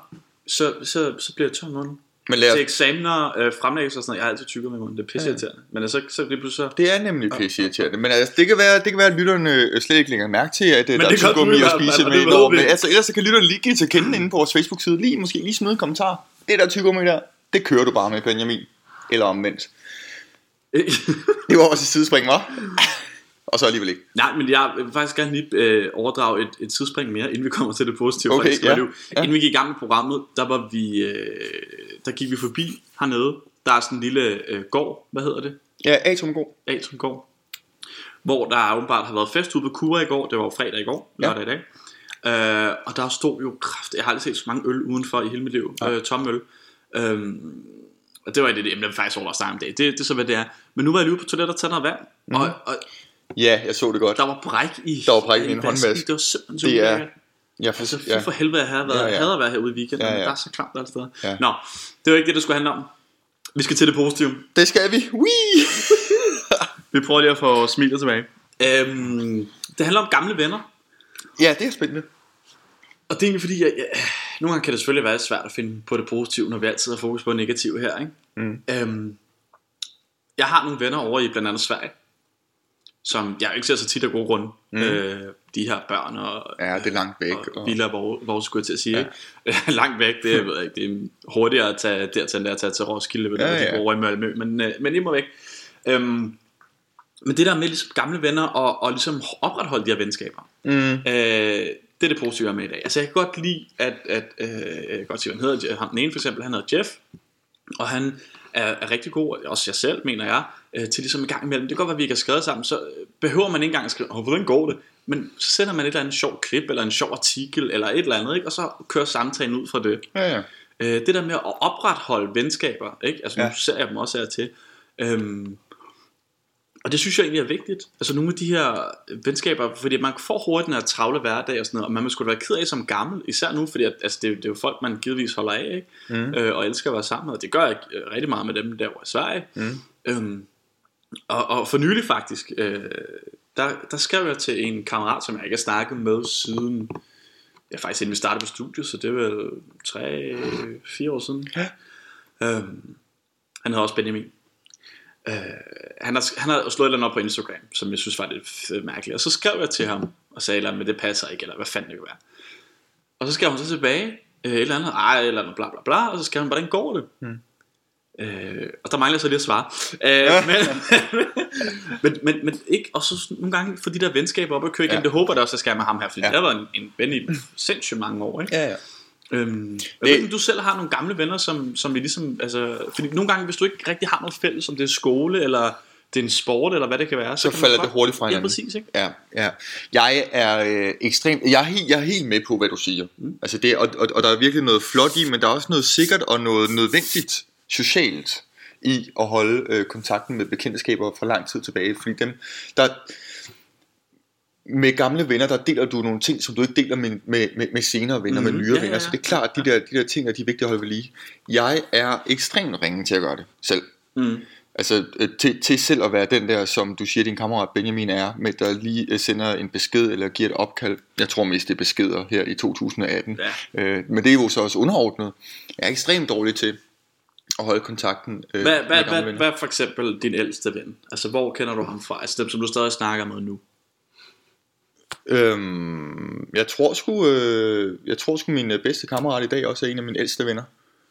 S1: så, så, så bliver jeg tør i munden.
S2: Men lad
S1: Til
S2: os,
S1: eksamener, øh, fremlæggelser og sådan noget, jeg har altid tykker med munden. Det er pisseirriterende. Men så, så lige pludselig så...
S2: det er nemlig pisse irriterende. Men altså, det kan være, det kan være at lytterne øh, slet ikke lægger mærke til, at øh, der
S1: det gør
S2: er
S1: du
S2: tyggegummi
S1: i
S2: at
S1: hvert fald,
S2: spise
S1: og
S2: med
S1: det
S2: ind
S1: ved
S2: over.
S1: vi.
S2: Men altså, ellers så kan lytterne lige give til kende inde på vores Facebook-side. Lige, måske lige smide en kommentar. Det der tyggegummi der, det kører du bare med, Benjamin. Eller omvendt. Det var også et sidespring, var. Og så alligevel ikke.
S1: Nej, men jeg vil faktisk gerne lige øh, overdrage et, et tidsspring mere, inden vi kommer til det positive.
S2: Okay,
S1: faktisk,
S2: ja,
S1: var det jo-
S2: ja.
S1: Inden vi gik i gang med programmet, der, var vi, øh, der gik vi forbi hernede. Der er sådan en lille øh, gård, hvad hedder det?
S2: Ja, Atom er god.
S1: Atomgård. Hvor der åbenbart har været fest ude på Kura i går. Det var jo fredag i går,
S2: Ja.
S1: lørdag i dag. Øh, og der stod jo kraft. Jeg har aldrig set så mange øl udenfor i hele mit liv. Øh, tom øl. Øhm, og det var et af de emner, vi faktisk overvejede at snakke om i dag. Det, det er så, hvad det er. Men nu var jeg lige ude på toilettet og tage noget vand.
S2: Mhm.
S1: Mm. Og, og,
S2: Ja, jeg så det godt.
S1: der var bræk i
S2: Der var bræk i
S1: hele
S2: en håndvask.
S1: vasken. Det var simpelthen så
S2: Det er-
S1: ulækkert.
S2: Jeg for,
S1: Altså, fy
S2: ja.
S1: for helvede, jeg havde været,
S2: Ja,
S1: ja,
S2: ja.
S1: ja. Havde at være herude i weekenden.
S2: Ja,
S1: Ja,
S2: ja.
S1: ja. Der er så klamt alle steder.
S2: Ja.
S1: Ja. Nå, det var ikke det, det skulle handle om. Vi skal til det positive.
S2: Det skal vi. Whee!
S1: Vi prøver lige at få smilet tilbage. Øhm, det handler om gamle venner.
S2: Ja, det er spændende.
S1: Og det er egentlig fordi, jeg, jeg, nogle gange kan det selvfølgelig være svært at finde på det positive, når vi altid har fokus på det negative her. Ikke?
S2: Mm.
S1: Øhm, jeg har nogle venner over i blandt andet Sverige, som jeg ikke ser så tit af gode grunde. Mm. Øh, de her børn og
S2: Ja, det er langt væk.
S1: og
S2: Og...
S1: biler og vores, vores skulle jeg til at sige. Ja. Langt væk, det jeg ved jeg ikke. Det er hurtigere at tage dertil, end det er at tage til Roskilde, ved
S2: Ja,
S1: ja, ja.
S2: ja.
S1: de bor over i Malmø, men, øh, men immer væk. Øhm, men det der med ligesom gamle venner og, og ligesom opretholde de her venskaber,
S2: Mm.
S1: øh, det er det positive, jeg er med i dag. Altså jeg kan godt lide, at, at øh, jeg kan godt sige, hvad han hedder, ham den ene for eksempel, han hedder Jeff, og han er, er rigtig god, også jeg selv, mener jeg, øh, til ligesom en gang imellem. Det kan godt være, at vi ikke har skrevet sammen, så øh, behøver man ikke engang at skrive, "Åh, hvordan går det? Men så sender man et eller andet sjov klip, eller en sjov artikel, eller et eller andet, ikke? og så kører samtalen ud fra det.
S2: Ja, ja.
S1: Øh, det der med at opretholde venskaber, ikke? altså nu
S2: Ja.
S1: ser jeg dem også her til. Øhm, og det synes jeg egentlig er vigtigt. Altså nogle af de her venskaber, fordi man får hurtigt den her travle hverdag og sådan noget, og man må sgu da være ked af som gammel, især nu, fordi at, altså, det, er jo- det er jo folk, man givetvis holder af, ikke?
S2: Mm.
S1: øh, og elsker at være sammen med, og det gør jeg øh, rigtig meget med dem derovre i Sverige.
S2: Mm.
S1: Øhm, og, og for nylig faktisk, øh, der, der skrev jeg til en kammerat, som jeg ikke har snakket med siden, ja faktisk inden vi startede på studiet, så det er vel 3-4 år siden.
S2: Ja.
S1: Øhm, han hedder også Benjamin. Øh, han, har, han har slået et eller andet op på Instagram, som jeg synes var lidt øh, mærkeligt. Og så skrev jeg til ham, og sagde et eller andet, men det passer ikke, eller hvad fanden det kan være. Og så skal hun så tilbage, øh, et eller andet, ej, eller andet, bla bla bla, og så skal hun, hvordan går det?
S2: Mm.
S1: Øh, og der mangler jeg så lige at svare. Øh, men, men, men, men, ikke, og så nogle gange få de der venskaber op og køre igen,
S2: Ja.
S1: ja. det håber jeg da også, jeg skal med ham her, fordi
S2: Ja.
S1: ja. jeg har været en, en ven i sindssygt mange år, ikke?
S2: Ja, ja.
S1: Øhm, jeg ved, om du selv har nogle gamle venner, som, som vi ligesom, altså, fordi nogle gange, hvis du ikke rigtig har noget fælles, om det er skole, eller det er en sport, eller hvad det kan være, så,
S2: Så
S1: kan man
S2: falder
S1: godt-
S2: det hurtigt fra
S1: Ja,
S2: hinanden.
S1: præcis, ikke?
S2: Ja, ja. Jeg er øh, ekstrem. Jeg er, helt, jeg er helt med på, hvad du siger. Mm. Altså det, og, og, og der er virkelig noget flot i, men der er også noget sikkert og noget nødvendigt socialt i at holde øh, kontakten med bekendtskaber fra lang tid tilbage, fordi dem, der, med gamle venner, der deler du nogle ting, som du ikke deler med, med, med, med senere venner, mm-hmm.
S1: Mhm.
S2: med nyere
S1: Ja, ja,
S2: venner. Så
S1: ja.
S2: det er klart, de der, de der ting, er de er vigtige at holde ved lige. Jeg er ekstremt ringe til at gøre det selv.
S1: Mm.
S2: Altså øh, til, til selv at være den der, som du siger, din kammerat Benjamin er, med der lige øh, sender en besked eller giver et opkald. Jeg tror mest, det er beskeder her i 2018. Ja. Øh, men det er jo så også underordnet. Jeg er ekstremt dårlig til at holde kontakten øh,
S1: Hvad, hvad,
S2: med
S1: hvad,
S2: gamle venner.
S1: hvad er for eksempel din ældste ven? Altså, hvor kender du ham fra? Altså, dem, som du stadig snakker med nu.
S2: Øhm, jeg tror sgu, øh, jeg tror sgu min øh, bedste kammerat i dag også er en af mine ældste venner.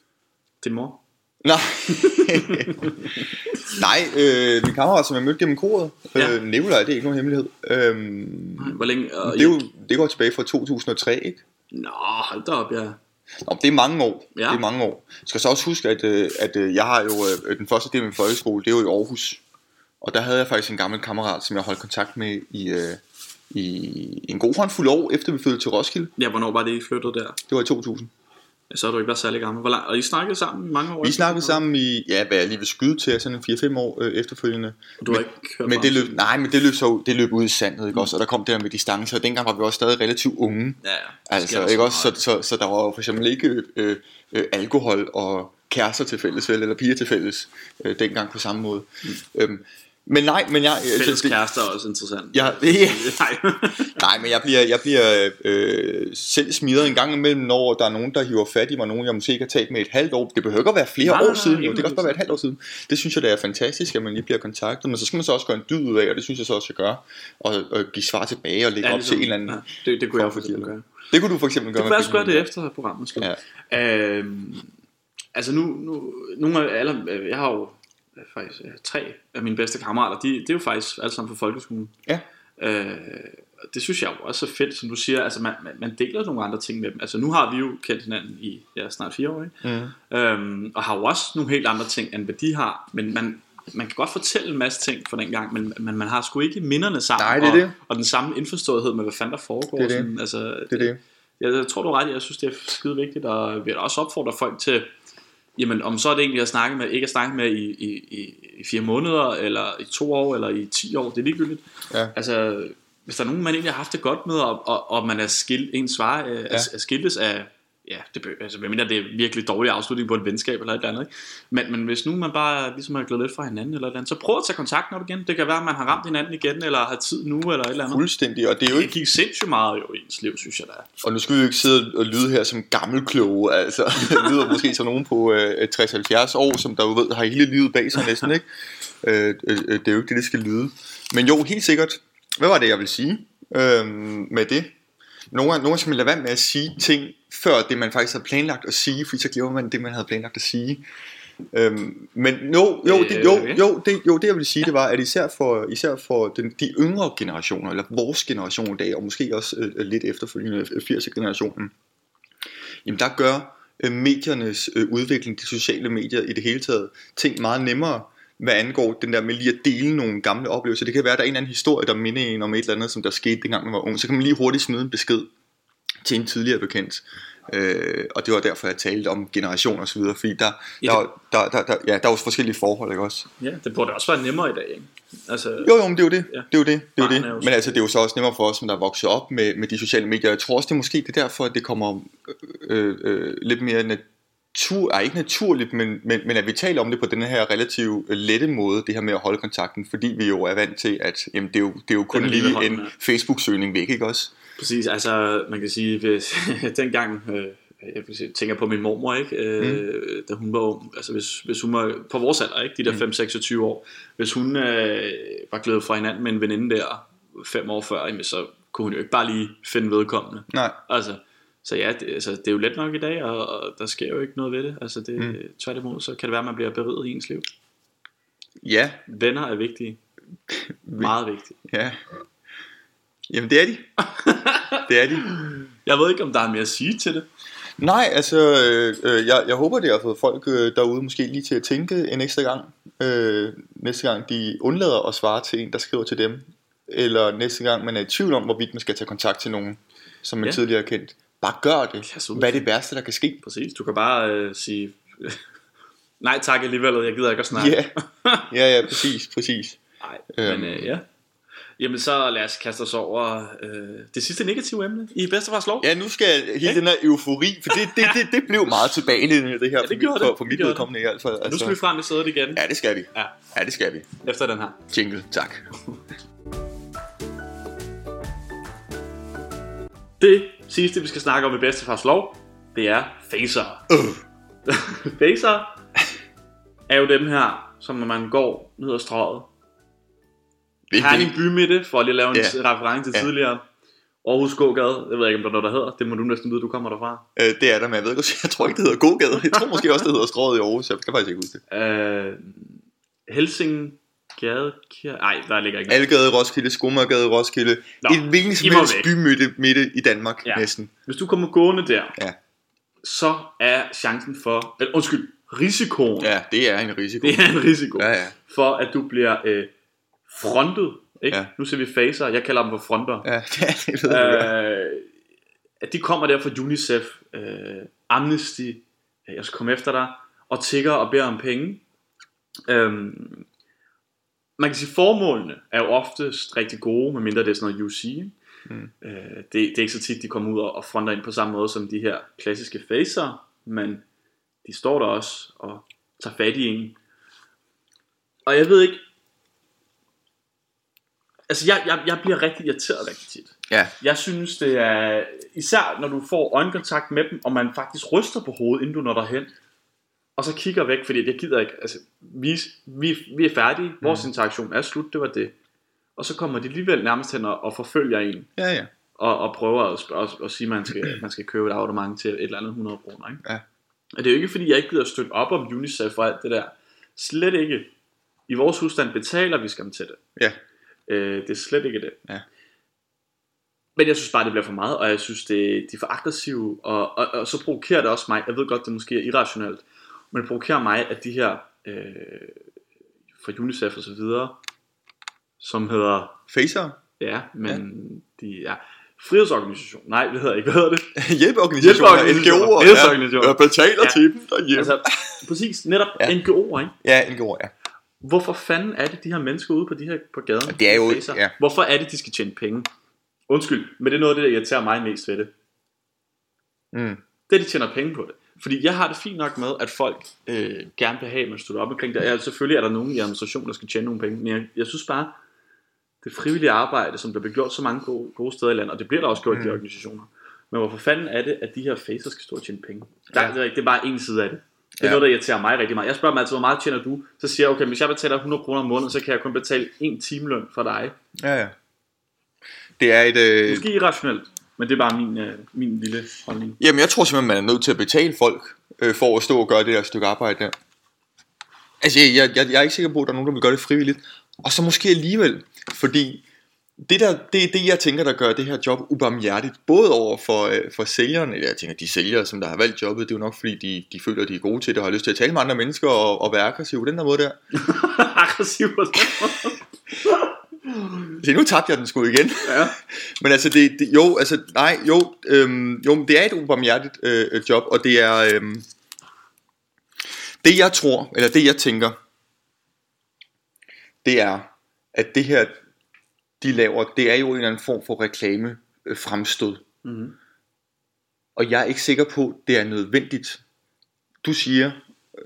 S1: Din mor?
S2: Nej. Nej, øh, min kammerat, som jeg mødte gennem koret, øh,
S1: Ja.
S2: Nikolaj, det er ikke nogen hemmelighed. Øhm,
S1: Hvor længe? Og
S2: det, er jo, det går tilbage fra 2003, ikke?
S1: Nå, hold da op, ja.
S2: Nå, det er mange år. Ja.
S1: Ja.
S2: Det er mange år. Jeg skal så også huske, at, øh, at øh, jeg har jo øh, den første del af min folkeskole, det er jo i Aarhus. Og der havde jeg faktisk en gammel kammerat, som jeg holdt kontakt med i, øh, i en god håndfuld år, efter vi flyttede til Roskilde.
S1: Ja, hvornår var det, I flyttede der?
S2: Det var i 2000.
S1: Ja, Så har du ikke været særlig gammel. Hvor lang... Og I snakkede sammen i mange år?
S2: Vi snakkede sammen i, ja, hvad jeg lige vil skyde til, sådan en 4-5 år øh, efterfølgende.
S1: Du har ikke hørt
S2: Men
S1: fra
S2: det
S1: ham?
S2: løb, nej, men det løb, så, det løb ud i sandet, ikke også? Og der kom det der med distancer, og dengang var vi også stadig relativt unge.
S1: Ja, ja. Det sker
S2: Altså,
S1: der
S2: ikke
S1: så
S2: også? Så,
S1: meget.
S2: så, så der var jo for eksempel ikke øh, øh, alkohol og kærester til fælles, vel, eller piger til fælles, øh, dengang på samme måde. Mm. Øhm, men nej, men jeg... øh,
S1: Fælles
S2: det-
S1: kærester er også interessant.
S2: jeg, ja,
S1: Nej.
S2: nej, men jeg bliver, jeg bliver øh, selv smidt en gang imellem, når der er nogen, der hiver fat i mig, nogen jeg måske ikke har talt med et halvt år. Det behøver ikke at være flere
S1: Nej,
S2: år
S1: nej, nej,
S2: siden, jo.
S1: helt
S2: det kan også bare være et halvt år siden. Det synes jeg, det er fantastisk, at man lige bliver kontaktet, men så skal man så også gøre en dyd ud af, og det synes jeg så også, jeg gør, og, og give svar tilbage og lægge
S1: Ja, ligesom-
S2: op til en eller anden.
S1: Ja, det, det kunne jeg
S2: form for
S1: for eksempel
S2: dialog.
S1: gøre.
S2: Det kunne du for eksempel
S1: Det
S2: gøre.
S1: kunne
S2: med
S1: jeg også gøre
S2: Benjamin.
S1: det efter programmet slut. Ja. Øhm, altså nu, nu, nogle af alle, øh, jeg har jo øh, faktisk øh, tre af mine bedste kammerater, de, det er jo faktisk alle sammen fra folkeskolen.
S2: Ja.
S1: Øh, og det synes jeg jo også er fedt, som du siger, altså man, man, man deler nogle andre ting med dem. Altså nu har vi jo kendt hinanden i ja, snart fire år, ikke?
S2: Mm.
S1: Øhm, og har jo også nogle helt andre ting, end hvad de har, men man, man kan godt fortælle en masse ting fra den gang, men, men man har sgu ikke minderne sammen,
S2: Nej, det er
S1: og,
S2: det.
S1: og den samme indforståethed med, hvad fanden der foregår.
S2: Det er det.
S1: Sådan, altså,
S2: Det er det.
S1: jeg, jeg tror du har ret, i, jeg synes det er skide vigtigt, og vi da også opfordre folk til, jamen om så er det egentlig at snakke med, ikke at snakke med i, i, i, i fire måneder, eller i to år, eller i ti år, det er ligegyldigt.
S2: Ja.
S1: Altså, hvis der er nogen, man egentlig har haft det godt med, og, og, og man er skilt, ens svar øh, er, er skiltes af, ja, det, behøver- altså, jeg mener, det er virkelig dårlig afslutning på et venskab eller et eller andet, ikke? Men, men hvis nu man bare ligesom er glædet lidt fra hinanden eller et eller andet, så prøv at tage kontakt når du igen. Det kan være, at man har ramt hinanden igen, eller har tid nu, eller et eller andet.
S2: Fuldstændig, og det er jo
S1: Det
S2: ikke,
S1: gik sindssygt meget jo i ens liv, synes jeg, der er.
S2: og nu skal vi jo ikke sidde og lyde her som gammelkloge, altså, det lyder måske som nogen på øh, 60-70 år, som der jo ved, har hele livet bag sig næsten, ikke? Øh, øh, øh, det er jo ikke det, det skal lyde. Men jo, helt sikkert, hvad var det, jeg ville sige øh, med det? Nogle gange, nogle gange skal man lade være med at sige ting, før det, man faktisk har planlagt at sige, fordi så glemmer man det, man havde planlagt at sige. Øhm, men jo, jo, det, jo,
S1: Øh.
S2: jo, det, jo, det jeg ville sige, det var, at især for, især for den, de yngre generationer, eller vores generation i dag, og måske også øh, lidt efterfølgende øh, 80'er-generationen, jamen der gør øh, mediernes øh, udvikling, de sociale medier i det hele taget, ting meget nemmere, hvad angår den der med lige at dele nogle gamle oplevelser. Det kan være, at der er en eller anden historie, der minder en om et eller andet, som der skete dengang man var ung. Så kan man lige hurtigt smide en besked til en tidligere bekendt. Øh, og det var derfor, jeg talte om generation og så videre, fordi der,
S1: Ja.
S2: der, der, der, der, ja, der er jo forskellige forhold, ikke også?
S1: Ja, det burde også være nemmere i dag, ikke? Altså, jo.
S2: Jo, jo, men det er jo det.
S1: Ja.
S2: Det er jo det. det, er
S1: Barnet
S2: jo
S1: er jo
S2: det. Men
S1: sådan.
S2: altså, det er jo så også nemmere for os, som der er vokset op med, med de sociale medier. Jeg tror også, det er måske det er derfor, at det kommer øh, øh, lidt mere natur... Ej, ikke naturligt, men, men, men at vi taler om det på den her relativt øh, lette måde, det her med at holde kontakten, fordi vi jo er vant til, at jamen, det, er jo, det er jo kun
S1: er lige ved
S2: lige en
S1: hånden,
S2: Facebook-søgning væk, ikke også?
S1: præcis. Altså, man kan sige, hvis dengang, øh, jeg vil sige, tænker på min mormor, ikke? Øh, da hun var ung, altså hvis, hvis hun var på vores alder, ikke? De der 5-26 år. Hvis hun øh, var glædet fra hinanden med en veninde der fem år før, jamen, så kunne hun jo ikke bare lige finde vedkommende.
S2: Nej.
S1: Altså, så ja, det, altså, det er jo let nok i dag, og, og der sker jo ikke noget ved det. Altså, det, mm. tværtimod, så kan det være, at man bliver beriget i ens liv.
S2: Ja,
S1: Venner er vigtige. Meget vigtige.
S2: ja. Jamen det er de. det er de.
S1: Jeg ved ikke, om der er mere at sige til det.
S2: Nej, altså, øh, øh, jeg, jeg håber, det har fået folk øh, derude måske lige til at tænke en ekstra gang. Øh, næste gang de undlader at svare til en, der skriver til dem. Eller næste gang man er i tvivl om, hvorvidt man skal tage kontakt til nogen, som man
S1: Ja.
S2: ja. tidligere har kendt. Bare gør det.
S1: Ja, så-
S2: Hvad er det værste, der kan ske?
S1: Præcis. Du kan bare øh, sige, nej tak alligevel, jeg gider ikke at snakke.
S2: Ja. ja, ja, præcis, præcis.
S1: Nej,
S2: Øhm.
S1: men øh, ja. Jamen så lad os kaste os over øh, det sidste negative emne i Bedstefars Lov.
S2: Ja, nu skal hele den her eufori, for det, det, det, det blev meget tilbage det her
S1: det
S2: for,
S1: gjorde
S2: mit,
S1: det.
S2: for, for
S1: Det
S2: mit
S1: gjorde
S2: vedkommende i hvert fald.
S1: nu skal vi frem i sædet igen,
S2: Ja, det skal vi.
S1: Ja.
S2: altså. ja det skal vi.
S1: efter den her.
S2: Jingle, tak.
S1: Det sidste, vi skal snakke om i Bedstefars Lov, det er facer.
S2: Øh.
S1: facer er jo dem her, som når man går ned ad strøget.
S2: Det,
S1: Herning Bymitte, for lige at lave en
S2: Ja.
S1: yeah. reference til
S2: Ja.
S1: tidligere. Aarhus Gågade, jeg ved ikke, om der er noget, der hedder. Det må du næsten vide, du kommer derfra.
S2: Øh, det er der, men jeg ved ikke, jeg tror ikke, det hedder Gågade. Jeg tror måske også, det hedder Strået i Aarhus. Jeg kan faktisk ikke huske det.
S1: Øh, Helsingade Kirke... Nej, der ligger ikke noget.
S2: Algade, Roskilde, Skomagergade, Roskilde.
S1: Nå,
S2: Nå, et hvilken som
S1: I må
S2: helst
S1: væk.
S2: bymidte midt i Danmark
S1: Ja.
S2: ja. næsten.
S1: Hvis du kommer gående der,
S2: Ja.
S1: så er chancen for... Eller, undskyld, risikoen.
S2: Ja, det er en risiko.
S1: Det er en risiko.
S2: Ja, ja.
S1: For at du bliver øh, frontet. Ikke?
S2: Ja.
S1: Nu ser vi faser. Jeg kalder dem for fronter.
S2: Ja, det ved jeg godt.
S1: Øh, at de kommer der fra UNICEF, øh, Amnesty, øh, jeg skal komme efter dig, og tigger og beder om penge. Øhm, man kan sige, formålene er jo oftest rigtig gode, medmindre det er sådan noget UC. ikke?
S2: Mm.
S1: Øh, det, det er ikke så tit, de kommer ud og, og fronter ind på samme måde som de her klassiske facer, men de står der også og tager fat i en. Og jeg ved ikke, altså jeg, jeg, jeg bliver rigtig irriteret rigtig tit.
S2: Ja,
S1: Jeg synes, det er især, når du får øjenkontakt med dem, og man faktisk ryster på hovedet, inden du når derhen, og så kigger væk, fordi jeg gider ikke, altså, vi, vi, vi er færdige, vores mm. interaktion er slut, det var det. Og så kommer de alligevel nærmest hen og, og forfølger en,
S2: ja, ja.
S1: og, og prøver at, sp- og, og sige, at man skal, man skal købe et abonnement til et eller andet 100 kroner. Ikke?
S2: Ja.
S1: Og det er jo ikke, fordi jeg ikke gider at støtte op om UNICEF og alt det der. Slet ikke. I vores husstand betaler vi skam til det.
S2: Ja.
S1: Øh, det er slet ikke det.
S2: Ja.
S1: Men jeg synes bare, det bliver for meget, og jeg synes, det, de er for aggressive, og, og, og så provokerer det også mig. Jeg ved godt, det måske er irrationelt, men det provokerer mig, at de her øh, fra UNICEF og så videre, som hedder,
S2: Facer.
S1: ja, men ja. de er frihedsorganisation. Nej, det hedder ikke, hvad hedder det?
S2: Hjælpeorganisationer,
S1: Hjælpeorganisationer,
S2: NGO'er.
S1: hjælpeorganisationer.
S2: Ja, Jeg betaler
S1: Ja.
S2: ja. til dem derhjemme. Altså,
S1: Altså, præcis, netop ja.
S2: Ja.
S1: NGO'er, ikke?
S2: ja, NGO'er, ja.
S1: Hvorfor fanden er det, de her mennesker ude på, de her, på gaden?
S2: Det er jo-
S1: facer?
S2: ja.
S1: Hvorfor er det, de skal tjene penge? Undskyld, men det er noget af det, der irriterer mig mest ved det.
S2: Mm.
S1: Det er, de tjener penge på det. Fordi jeg har det fint nok med, at folk øh, gerne vil have, at man støtter op omkring det. Ja, selvfølgelig er der nogen i administrationen, der skal tjene nogle penge, men jeg, jeg synes bare, det frivillige arbejde, som der bliver gjort så mange gode, gode steder i landet, og det bliver der også gjort mm. i de
S2: Mm.
S1: organisationer. Men hvorfor fanden er det, at de her facer skal stå og tjene penge? Der,
S2: Ja.
S1: ja. Det er bare en side af det. Det er ja.
S2: Ja.
S1: noget, der irriterer mig rigtig meget. Jeg spørger mig altid, hvor meget tjener du? Så siger jeg, okay, hvis jeg betaler 100 kroner om måneden, så kan jeg kun betale en timeløn for dig.
S2: Ja, ja. Det er et... Øh...
S1: Måske irrationelt, men det er bare min, øh, min lille holdning.
S2: Jamen, jeg tror simpelthen, man er nødt til at betale folk øh, for at stå og gøre det der stykke arbejde der. Altså, jeg, jeg, jeg er ikke sikker på, at der er nogen, der vil gøre det frivilligt. Og så måske alligevel, fordi det, der, det er det, jeg tænker, der gør det her job ubarmhjertigt, både over for, øh, for sælgerne, eller jeg tænker, de sælgere, som der har valgt jobbet, det er jo nok, fordi de, de føler, de er gode til det, og har lyst til at tale med andre mennesker og, og være aggressive på den der måde der.
S1: Aggressiv på den måde.
S2: Se, nu tabte jeg den sgu igen.
S1: Ja.
S2: Men altså, det, det, jo, altså, nej, jo, øhm, jo, men det er et ubarmhjertigt øh, øh, job, og det er, øhm, det jeg tror, eller det jeg tænker, det er, at det her, de laver, det er jo en eller anden form for reklame øh, fremstød.
S1: Mm-hmm.
S2: Og jeg er ikke sikker på, det er nødvendigt. Du siger,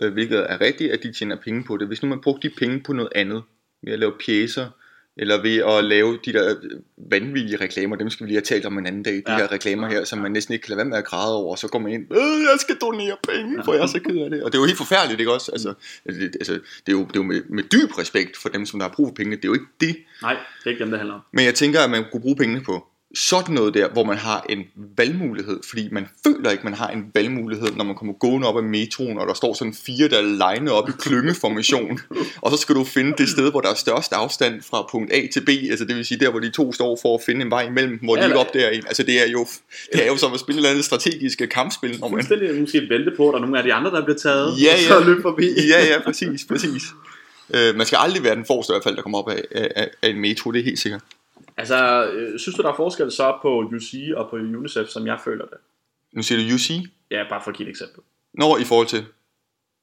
S2: øh, hvilket er rigtigt, at de tjener penge på det. Hvis nu man brugte de penge på noget andet, ved at lave pjæser, eller ved at lave de der øh, vanvittige reklamer, dem skal vi lige have talt om en anden dag, de
S1: Ja.
S2: ja. her reklamer her, som man næsten ikke kan lade være med at græde over, og så går man ind, øh, jeg skal donere penge, for jeg er så ked af det. Og det er jo helt forfærdeligt, ikke også? Altså, det, altså, det er jo, det er jo med, med dyb respekt for dem, som der har brug for pengene, det er jo ikke det,
S1: Nej, det er ikke dem, det handler om.
S2: men jeg tænker, at man kunne bruge pengene på sådan noget der, hvor man har en valgmulighed, fordi man føler ikke, man har en valgmulighed, når man kommer gående op ad metroen, og der står sådan fire, der er line op i klyngeformation, og så skal du finde det sted, hvor der er størst afstand fra punkt A til B, altså det vil sige der, hvor de to står for at finde en vej imellem, hvor de
S3: Eller-
S2: ikke opdager en, altså det er jo, det er jo som at spille et eller andet strategiske kampspil, når man...
S1: Fuldstændig måske vente på, at der er nogle af de andre, der bliver taget,
S2: Ja,
S1: og
S2: ja.
S1: så løbe forbi.
S2: Ja, ja, præcis, præcis. Øh, man skal aldrig være den forreste i hvert fald, der kommer op af, af, af- af en metro, det er helt sikkert.
S1: Altså, øh, synes du, der er forskel så på UC og på UNICEF, som jeg føler det?
S2: Nu siger du UC.
S1: Ja, bare for at give et eksempel.
S2: Når i forhold til...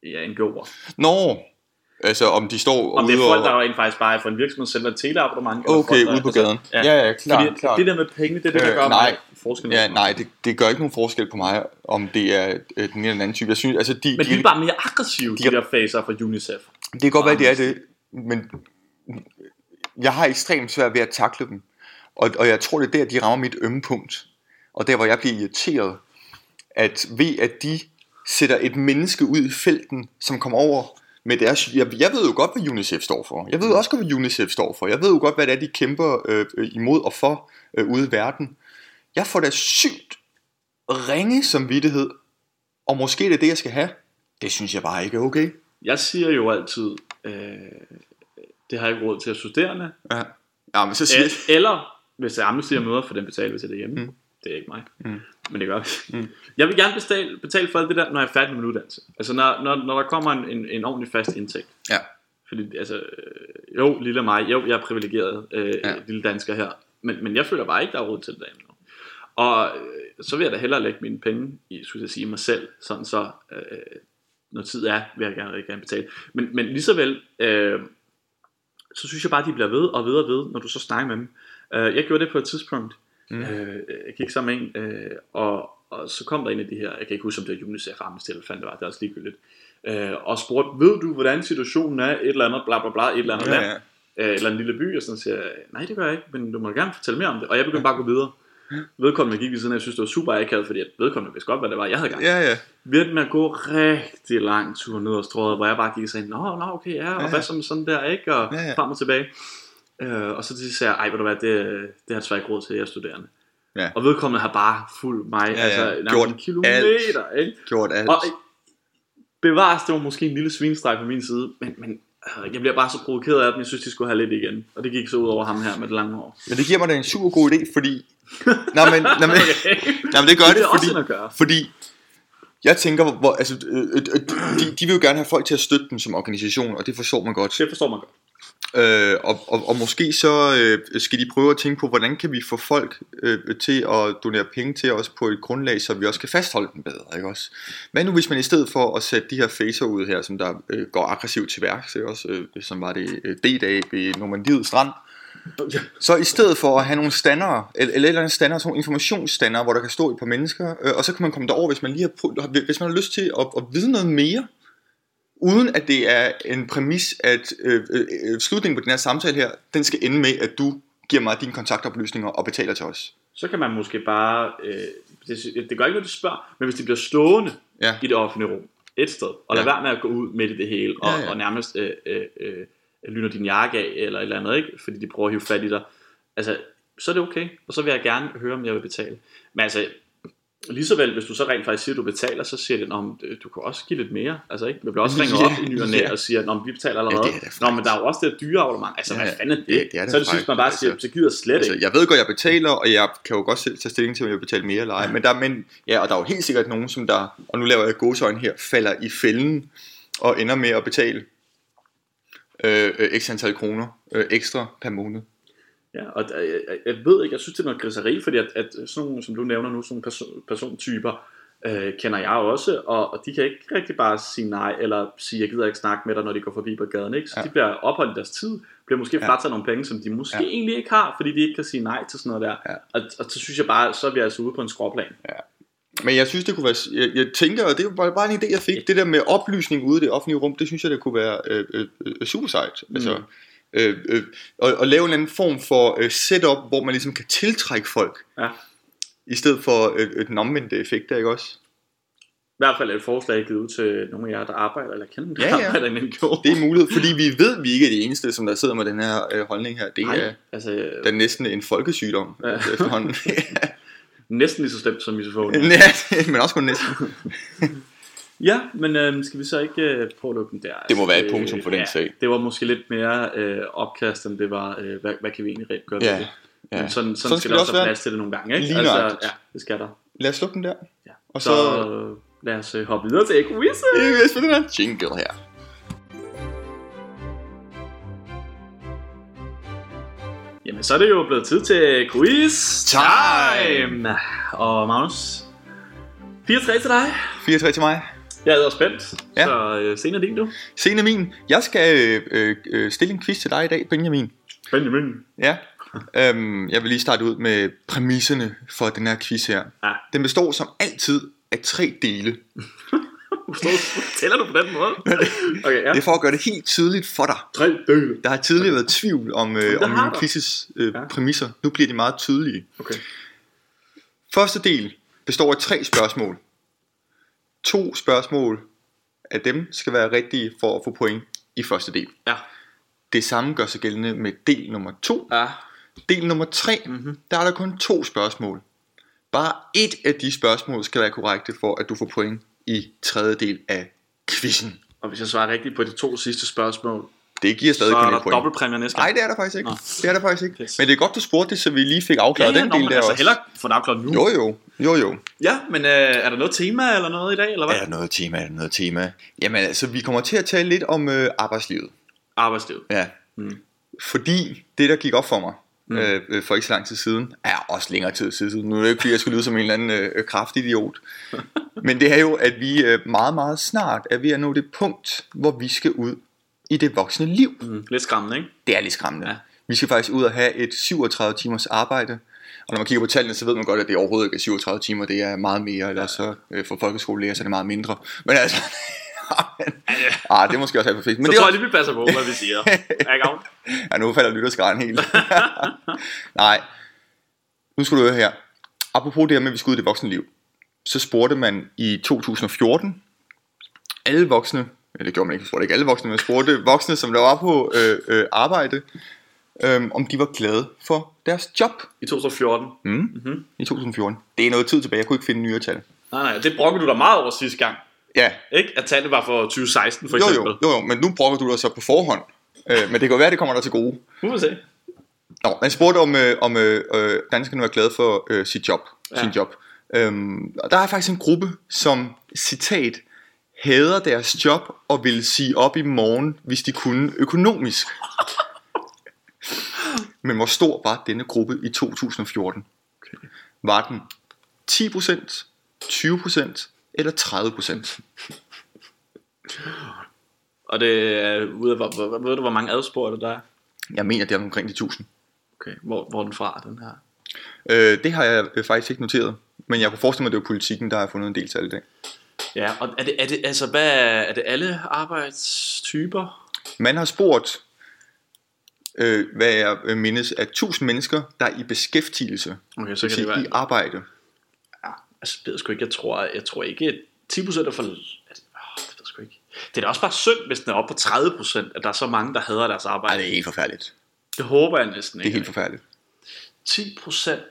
S1: Ja, en gjorde.
S2: Når... Altså om de står
S1: Om det
S2: ude
S1: er folk,
S2: og...
S1: der rent faktisk bare er for en virksomhed, sælger et teleabonnement. eller folk,
S2: Okay,
S1: der-
S2: ude på
S1: altså,
S2: gaden.
S1: ja.
S2: Ja, ja, ja
S1: Fordi
S2: klart, klart.
S1: det der med penge, det er det, der
S2: Øh,
S1: gør øh,
S2: nej.
S1: mig forskellen.
S2: Ja, nej, det, det gør ikke nogen forskel på mig, om det er øh, den ene eller den anden type. Jeg synes, altså, de,
S1: Men
S2: de,
S1: de er bare mere aggressive, de,
S2: de-
S1: der faser fra UNICEF.
S2: det kan godt være, det er det, men jeg har ekstremt svært ved at takle dem. Og, og jeg tror, det er der, de rammer mit ømme punkt. Og der, hvor jeg bliver irriteret, at ved at de sætter et menneske ud i felten, som kommer over med deres... Jeg, jeg ved jo godt, hvad UNICEF står for. Jeg ved også godt, hvad UNICEF står for. Jeg ved jo godt, hvad det er, de kæmper øh, øh, imod og for øh, ude i verden. Jeg får da sygt ringe samvittighed, og måske det er det, jeg skal have. Det synes jeg bare ikke er okay.
S1: Jeg siger jo altid, øh, det har jeg ikke råd til at studerende.
S2: Ja. Ja, men så siger
S1: Øh, eller, hvis det er Amnesty og møder, for den betaler vi til det hjemme.
S2: Mm.
S1: Mm. Det er ikke mig.
S2: Mm.
S1: Men det gør vi.
S2: Mm.
S1: Jeg vil gerne betale, betale for alt det der, når jeg er færdig med min uddannelse. Altså, når, når, når der kommer en, en, en ordentlig fast indtægt.
S2: Ja.
S1: Fordi, altså, øh, jo, lille mig, jo, jeg er privilegeret øh,
S2: Ja.
S1: ja. lille dansker her. Men, men jeg føler bare ikke, der er råd til det derhjemme nu. Og øh, så vil jeg da hellere lægge mine penge i, skulle jeg sige, mig selv, sådan så, øh, når tid er, vil jeg gerne, rigtig gerne betale. Men, men lige så vel, øh, så synes jeg bare, de bliver ved og ved og ved, når du så snakker med dem. Øh, jeg gjorde det på et tidspunkt.
S2: Mm.
S1: Mm. Øh, jeg gik sammen med en, øh, og, og så kom der en af de her, jeg kan ikke huske, om det var UNICEF, Amnesty eller hvad fanden det var, det er også ligegyldigt, øh, og spurgte, ved du, hvordan situationen er, et eller andet, bla bla bla, et eller andet ja, land,
S2: ja.
S1: øh, eller en lille by, og sådan siger, jeg, nej, det gør jeg ikke, men du må gerne fortælle mere om det. Og jeg begyndte bare at gå videre. Vedkommende gik ved siden af, jeg synes, det var super akavet, fordi at vedkommende vidste godt, hvad det var, jeg havde gang. i.
S2: Ja, ja.
S1: Vi endte med at gå rigtig lang tur ned ad strået, hvor jeg bare gik og sagde, nå, nå, okay, ja, og
S2: Ja.
S1: ja. hvad som sådan der, ikke, og
S2: Ja,
S1: ja,
S2: ja.
S1: ja. frem og tilbage. Øh, og så til sidst sagde jeg, ej, ved du hvad, det, det har jeg desværre ikke råd til, jeg er studerende.
S2: Ja.
S1: Og vedkommende har bare fulgt mig, ja,
S2: ja.
S1: ja. altså nærmest
S2: Gjort
S1: en kilometer, ikke?
S2: Gjort alt.
S1: Og bevares, det var måske en lille svinestreg på min side, men, men øh, jeg bliver bare så provokeret af dem, jeg synes, de skulle have lidt igen. Og det gik så ud over ham her med det lange hår.
S2: Men det giver mig da en super god idé, fordi... nej, men, nej, men,
S1: Okay.
S2: nej, men det gør det,
S1: det er også
S2: fordi,
S1: en at gøre.
S2: fordi jeg tænker, hvor- hvor, altså, øh, øh, øh, de, de vil jo gerne have folk til at støtte dem som organisation, og det forstår man godt.
S1: Det forstår man godt.
S2: Øh, og, og, og måske så øh, skal de prøve at tænke på, hvordan kan vi få folk øh, til at donere penge til os på et grundlag, så vi også kan fastholde dem bedre, ikke også? Hvad nu hvis man i stedet for at sætte de her facer ud her, som der øh, går aggressivt til værks, ikke også, øh, som var det øh, D-dag ved Normandiet Strand, så i stedet for at have nogle standere, eller, eller et eller andet standere, sådan nogle informationsstandere, hvor der kan stå et par mennesker, øh, og så kan man komme derover, hvis man lige har, prø- hvis man har lyst til at, at vide noget mere, uden at det er en præmis, at øh, øh, øh, slutningen på den her samtale her, den skal ende med, at du giver mig dine kontaktoplysninger og betaler til os.
S1: Så kan man måske bare... Øh, det, det gør ikke noget, de spørger, men hvis de bliver stående
S2: Ja.
S1: i det offentlige rum et sted, og lad
S2: Ja.
S1: være med at gå ud midt i det hele, og,
S2: Ja,
S1: ja,
S2: ja.
S1: ja. og nærmest øh, øh, øh, lyner din jakke af, eller et eller andet, ikke? fordi de prøver at hive fat i dig. Altså, så er det okay, og så vil jeg gerne høre, om jeg vil betale. Men altså, lige så vel, hvis du så rent faktisk siger, at du betaler, så siger den, om øh, du kan også give lidt mere. Altså, ikke? Man bliver også ringet
S2: Ja,
S1: op i ny og
S2: ja.
S1: næ og siger, om vi betaler
S2: det er
S1: allerede.
S2: da frækt.
S1: Nå, men der er jo også det dyre abonnement. Altså,
S2: Ja,
S1: hvad
S2: ja.
S1: fanden er det?
S2: Ja, det er da
S1: så er det
S2: frækt.
S1: sidst, man bare siger,
S2: Altså,
S1: så gider jeg slet
S2: Altså,
S1: ikke.
S2: jeg ved godt, jeg betaler, og jeg kan jo godt selv tage stilling til, om jeg betaler mere eller ej. Men, der, er- men, ja, og der er jo helt sikkert nogen, som der, og nu laver jeg gåsøjne her, falder i fælden og ender med at betale øh, øh, x antal kroner øh, ekstra per måned.
S1: Ja, og der- jeg, jeg, jeg ved ikke, jeg synes det er noget griseri, fordi at, at sådan nogle, som du nævner nu, sådan nogle perso- persontyper, øh, kender jeg også, og, og de kan ikke rigtig bare sige nej, eller sige, jeg gider ikke snakke med dig, når de går forbi på gaden, ikke? Så
S2: Ja.
S1: ja. de bliver opholdt i deres tid, bliver måske
S2: Ja.
S1: ja. frataget nogle penge, som de måske
S2: Ja.
S1: ja. egentlig ikke har, fordi de ikke kan sige nej til sådan noget der.
S2: Ja.
S1: Og, og så synes jeg bare, så er vi altså ude på en skråplan.
S2: Men jeg synes, det kunne være... Jeg, jeg tænker, og det var bare en idé, jeg fik. Det der med oplysning ude i det offentlige rum, det synes jeg, det kunne være øh, øh, øh, super sejt. Altså,
S1: Mm.
S2: øh, øh, og, og lave en eller anden form for øh, setup, hvor man ligesom kan tiltrække folk.
S1: Ja.
S2: I stedet for øh, øh, den omvendte effekt, der, ikke også?
S1: I hvert fald er et forslag givet ud til nogle af jer, der arbejder eller kender, der
S2: Ja, ja.
S1: arbejder i en NGO.
S2: Det er muligt, fordi vi ved, at vi ikke er de eneste, som der sidder med den her øh, holdning her. Det
S1: Nej,
S2: er
S1: altså
S2: da næsten en folkesygdom
S1: Ja.
S2: ja. efterhånden.
S1: næsten lige så slemt som misofonen.
S2: ja, men også kun næsten.
S1: Ja, men øh, skal vi så ikke øh, prøve at lukke den der?
S2: Det må
S1: Altså,
S2: være et punktum for den sag.
S1: Det var måske lidt mere øh, opkast, end det var, øh, hvad, hvad kan vi egentlig rent gøre ved
S2: Ja,
S1: det?
S2: ja.
S1: Men sådan, sådan,
S2: Sådan
S1: sådan
S2: skal
S1: skal
S2: det
S1: der også
S2: også
S1: være
S2: være.
S1: plads til det nogle gange, ikke? Altså,
S2: Lige nøjagtigt.
S1: ja, det skal der.
S2: Lad os lukke den der.
S1: Ja.
S2: Og
S1: Så,
S2: så... så...
S1: så lad os øh, hoppe videre til quizzen.
S2: Det er vist for den her jingle her.
S1: Jamen, så er det jo blevet tid til quiz time! Og Magnus, 4-3 til dig.
S2: 4-3 til mig.
S1: Jeg er spændt,
S2: Ja.
S1: så øh, senere din du.
S2: Scene min. Jeg skal øh, øh, øh, stille en quiz til dig i dag, Benjamin.
S1: Benjamin.
S2: Ja. Øhm, jeg vil lige starte ud med præmisserne for den her quiz her.
S1: Ja.
S2: Den består som altid af tre dele.
S1: Tæller du på den måde? Okay, ja.
S2: Det er for at gøre det helt tydeligt for dig.
S1: Tre døde.
S2: Der har tidligere været tvivl om, øh,
S1: der
S2: om
S1: har
S2: mine
S1: der.
S2: quizzes øh,
S1: Ja.
S2: præmisser. Nu bliver de meget tydelige.
S1: Okay.
S2: Første del består af tre spørgsmål. To spørgsmål af dem skal være rigtige for at få point i første del.
S1: Ja.
S2: Det samme gør sig gældende med del nummer to.
S1: Ja.
S2: Del nummer tre,
S1: Mhm.
S2: mm-hmm. der er der kun to spørgsmål. Bare et af de spørgsmål skal være korrekte for, at du får point i tredje del af quizzen.
S1: Og hvis jeg svarer rigtigt på de to sidste spørgsmål,
S2: Det giver stadig
S1: så er
S2: kun et
S1: der
S2: point.
S1: dobbeltpræmier næste
S2: Nej,
S1: gang.
S2: det er der faktisk ikke.
S1: Nå.
S2: Det er der faktisk ikke.
S1: Pis.
S2: Men det er godt, du spurgte det, så vi lige fik afklaret den del
S1: men
S2: der
S1: altså
S2: også.
S1: hellere få det afklaret nu.
S2: Jo, jo. Jo, jo.
S1: Ja, men øh, er der noget tema eller noget i dag, eller hvad?
S2: Er der noget tema? Er der noget tema? Jamen altså, vi kommer til at tale lidt om øh, arbejdslivet.
S1: Arbejdsliv.
S2: Ja.
S1: Mm.
S2: Fordi det, der gik op for mig mm. øh, øh, for ikke så lang tid siden, er også længere tid siden. Nu er det ikke, fordi jeg skal lyde som en eller anden øh, kraftig idiot. Men det er jo, at vi øh, meget, meget snart er ved at nå det punkt, hvor vi skal ud i det voksne liv.
S1: Mm. Lidt skræmmende, ikke?
S2: Det er lidt skræmmende.
S1: Ja.
S2: Ja. Vi skal faktisk ud og have et 37 timers arbejde. Og når man kigger på tallene, så ved man godt, at det overhovedet ikke er 37 timer. Det er meget mere, eller så øh, for folkeskolelærer, så er det meget mindre. Men altså... ah, det er måske også alt for fedt. Men
S1: Så
S2: det er
S1: tror jeg lige, vi passer på, hvad vi siger. Er ikke af?
S2: Ja, nu falder lytterskaren helt. Nej. Nu skal du høre her. Apropos det her med, at vi skal ud i det voksne liv. Så spurgte man i 2014 alle voksne, eller det gjorde man ikke, jeg spurgte ikke alle voksne, men spurgte voksne, som der var på øh, øh, arbejde, øh, om de var glade for deres job
S1: I 2014.
S2: mm.
S1: Mhm.
S2: mm-hmm. i 2014. Det er noget tid tilbage, jeg kunne ikke finde nyere tal.
S1: Nej, nej, det brokkede du dig meget over sidste gang.
S2: Ja,
S1: Ikke? At tallet var for 2016, for
S2: jo
S1: eksempel.
S2: jo, jo, jo, men nu brokker du dig så på forhånd. Øh, men det kan jo være, det kommer dig til gode.
S1: Nu må vi se.
S2: Nå, man spurgte om, øh, om øh, øh, danskerne var glade for øh, sit job,
S1: Ja.
S2: ja. sin job. Øhm, og der er faktisk en gruppe, som, citat, hader deres job og ville sige op i morgen, hvis de kunne økonomisk. Men hvor stor var denne gruppe i 2014?
S1: Okay.
S2: Var den 10%, 20% eller 30%?
S1: Og det er ude af, hvor, hvor, ved du, hvor mange adspurgte der er?
S2: Jeg mener, det er omkring de 1000.
S1: Okay, hvor, hvor er den fra, den her?
S2: Øh, det har jeg øh, faktisk ikke noteret, men jeg kunne forestille mig, at det var politikken, der har fundet en del tal i dag.
S1: Ja, og er det, er det, altså, hvad er, er det alle arbejdstyper?
S2: Man har spurgt, øh, hvad jeg øh, mindes, at 1000 mennesker, der er i beskæftigelse,
S1: Okay, så
S2: det
S1: kan det
S2: sige, i
S1: være...
S2: arbejde.
S1: Altså, det ved jeg sgu ikke, jeg tror, jeg tror ikke, at 10% er for... er det- åh, Det ved jeg sgu ikke. Det er da også bare synd, hvis den er oppe på 30%, at der er så mange, der hader deres
S2: Ej,
S1: arbejde.
S2: det er helt forfærdeligt.
S1: Det håber jeg næsten
S2: Det er
S1: ikke.
S2: helt forfærdeligt.
S1: 10 procent.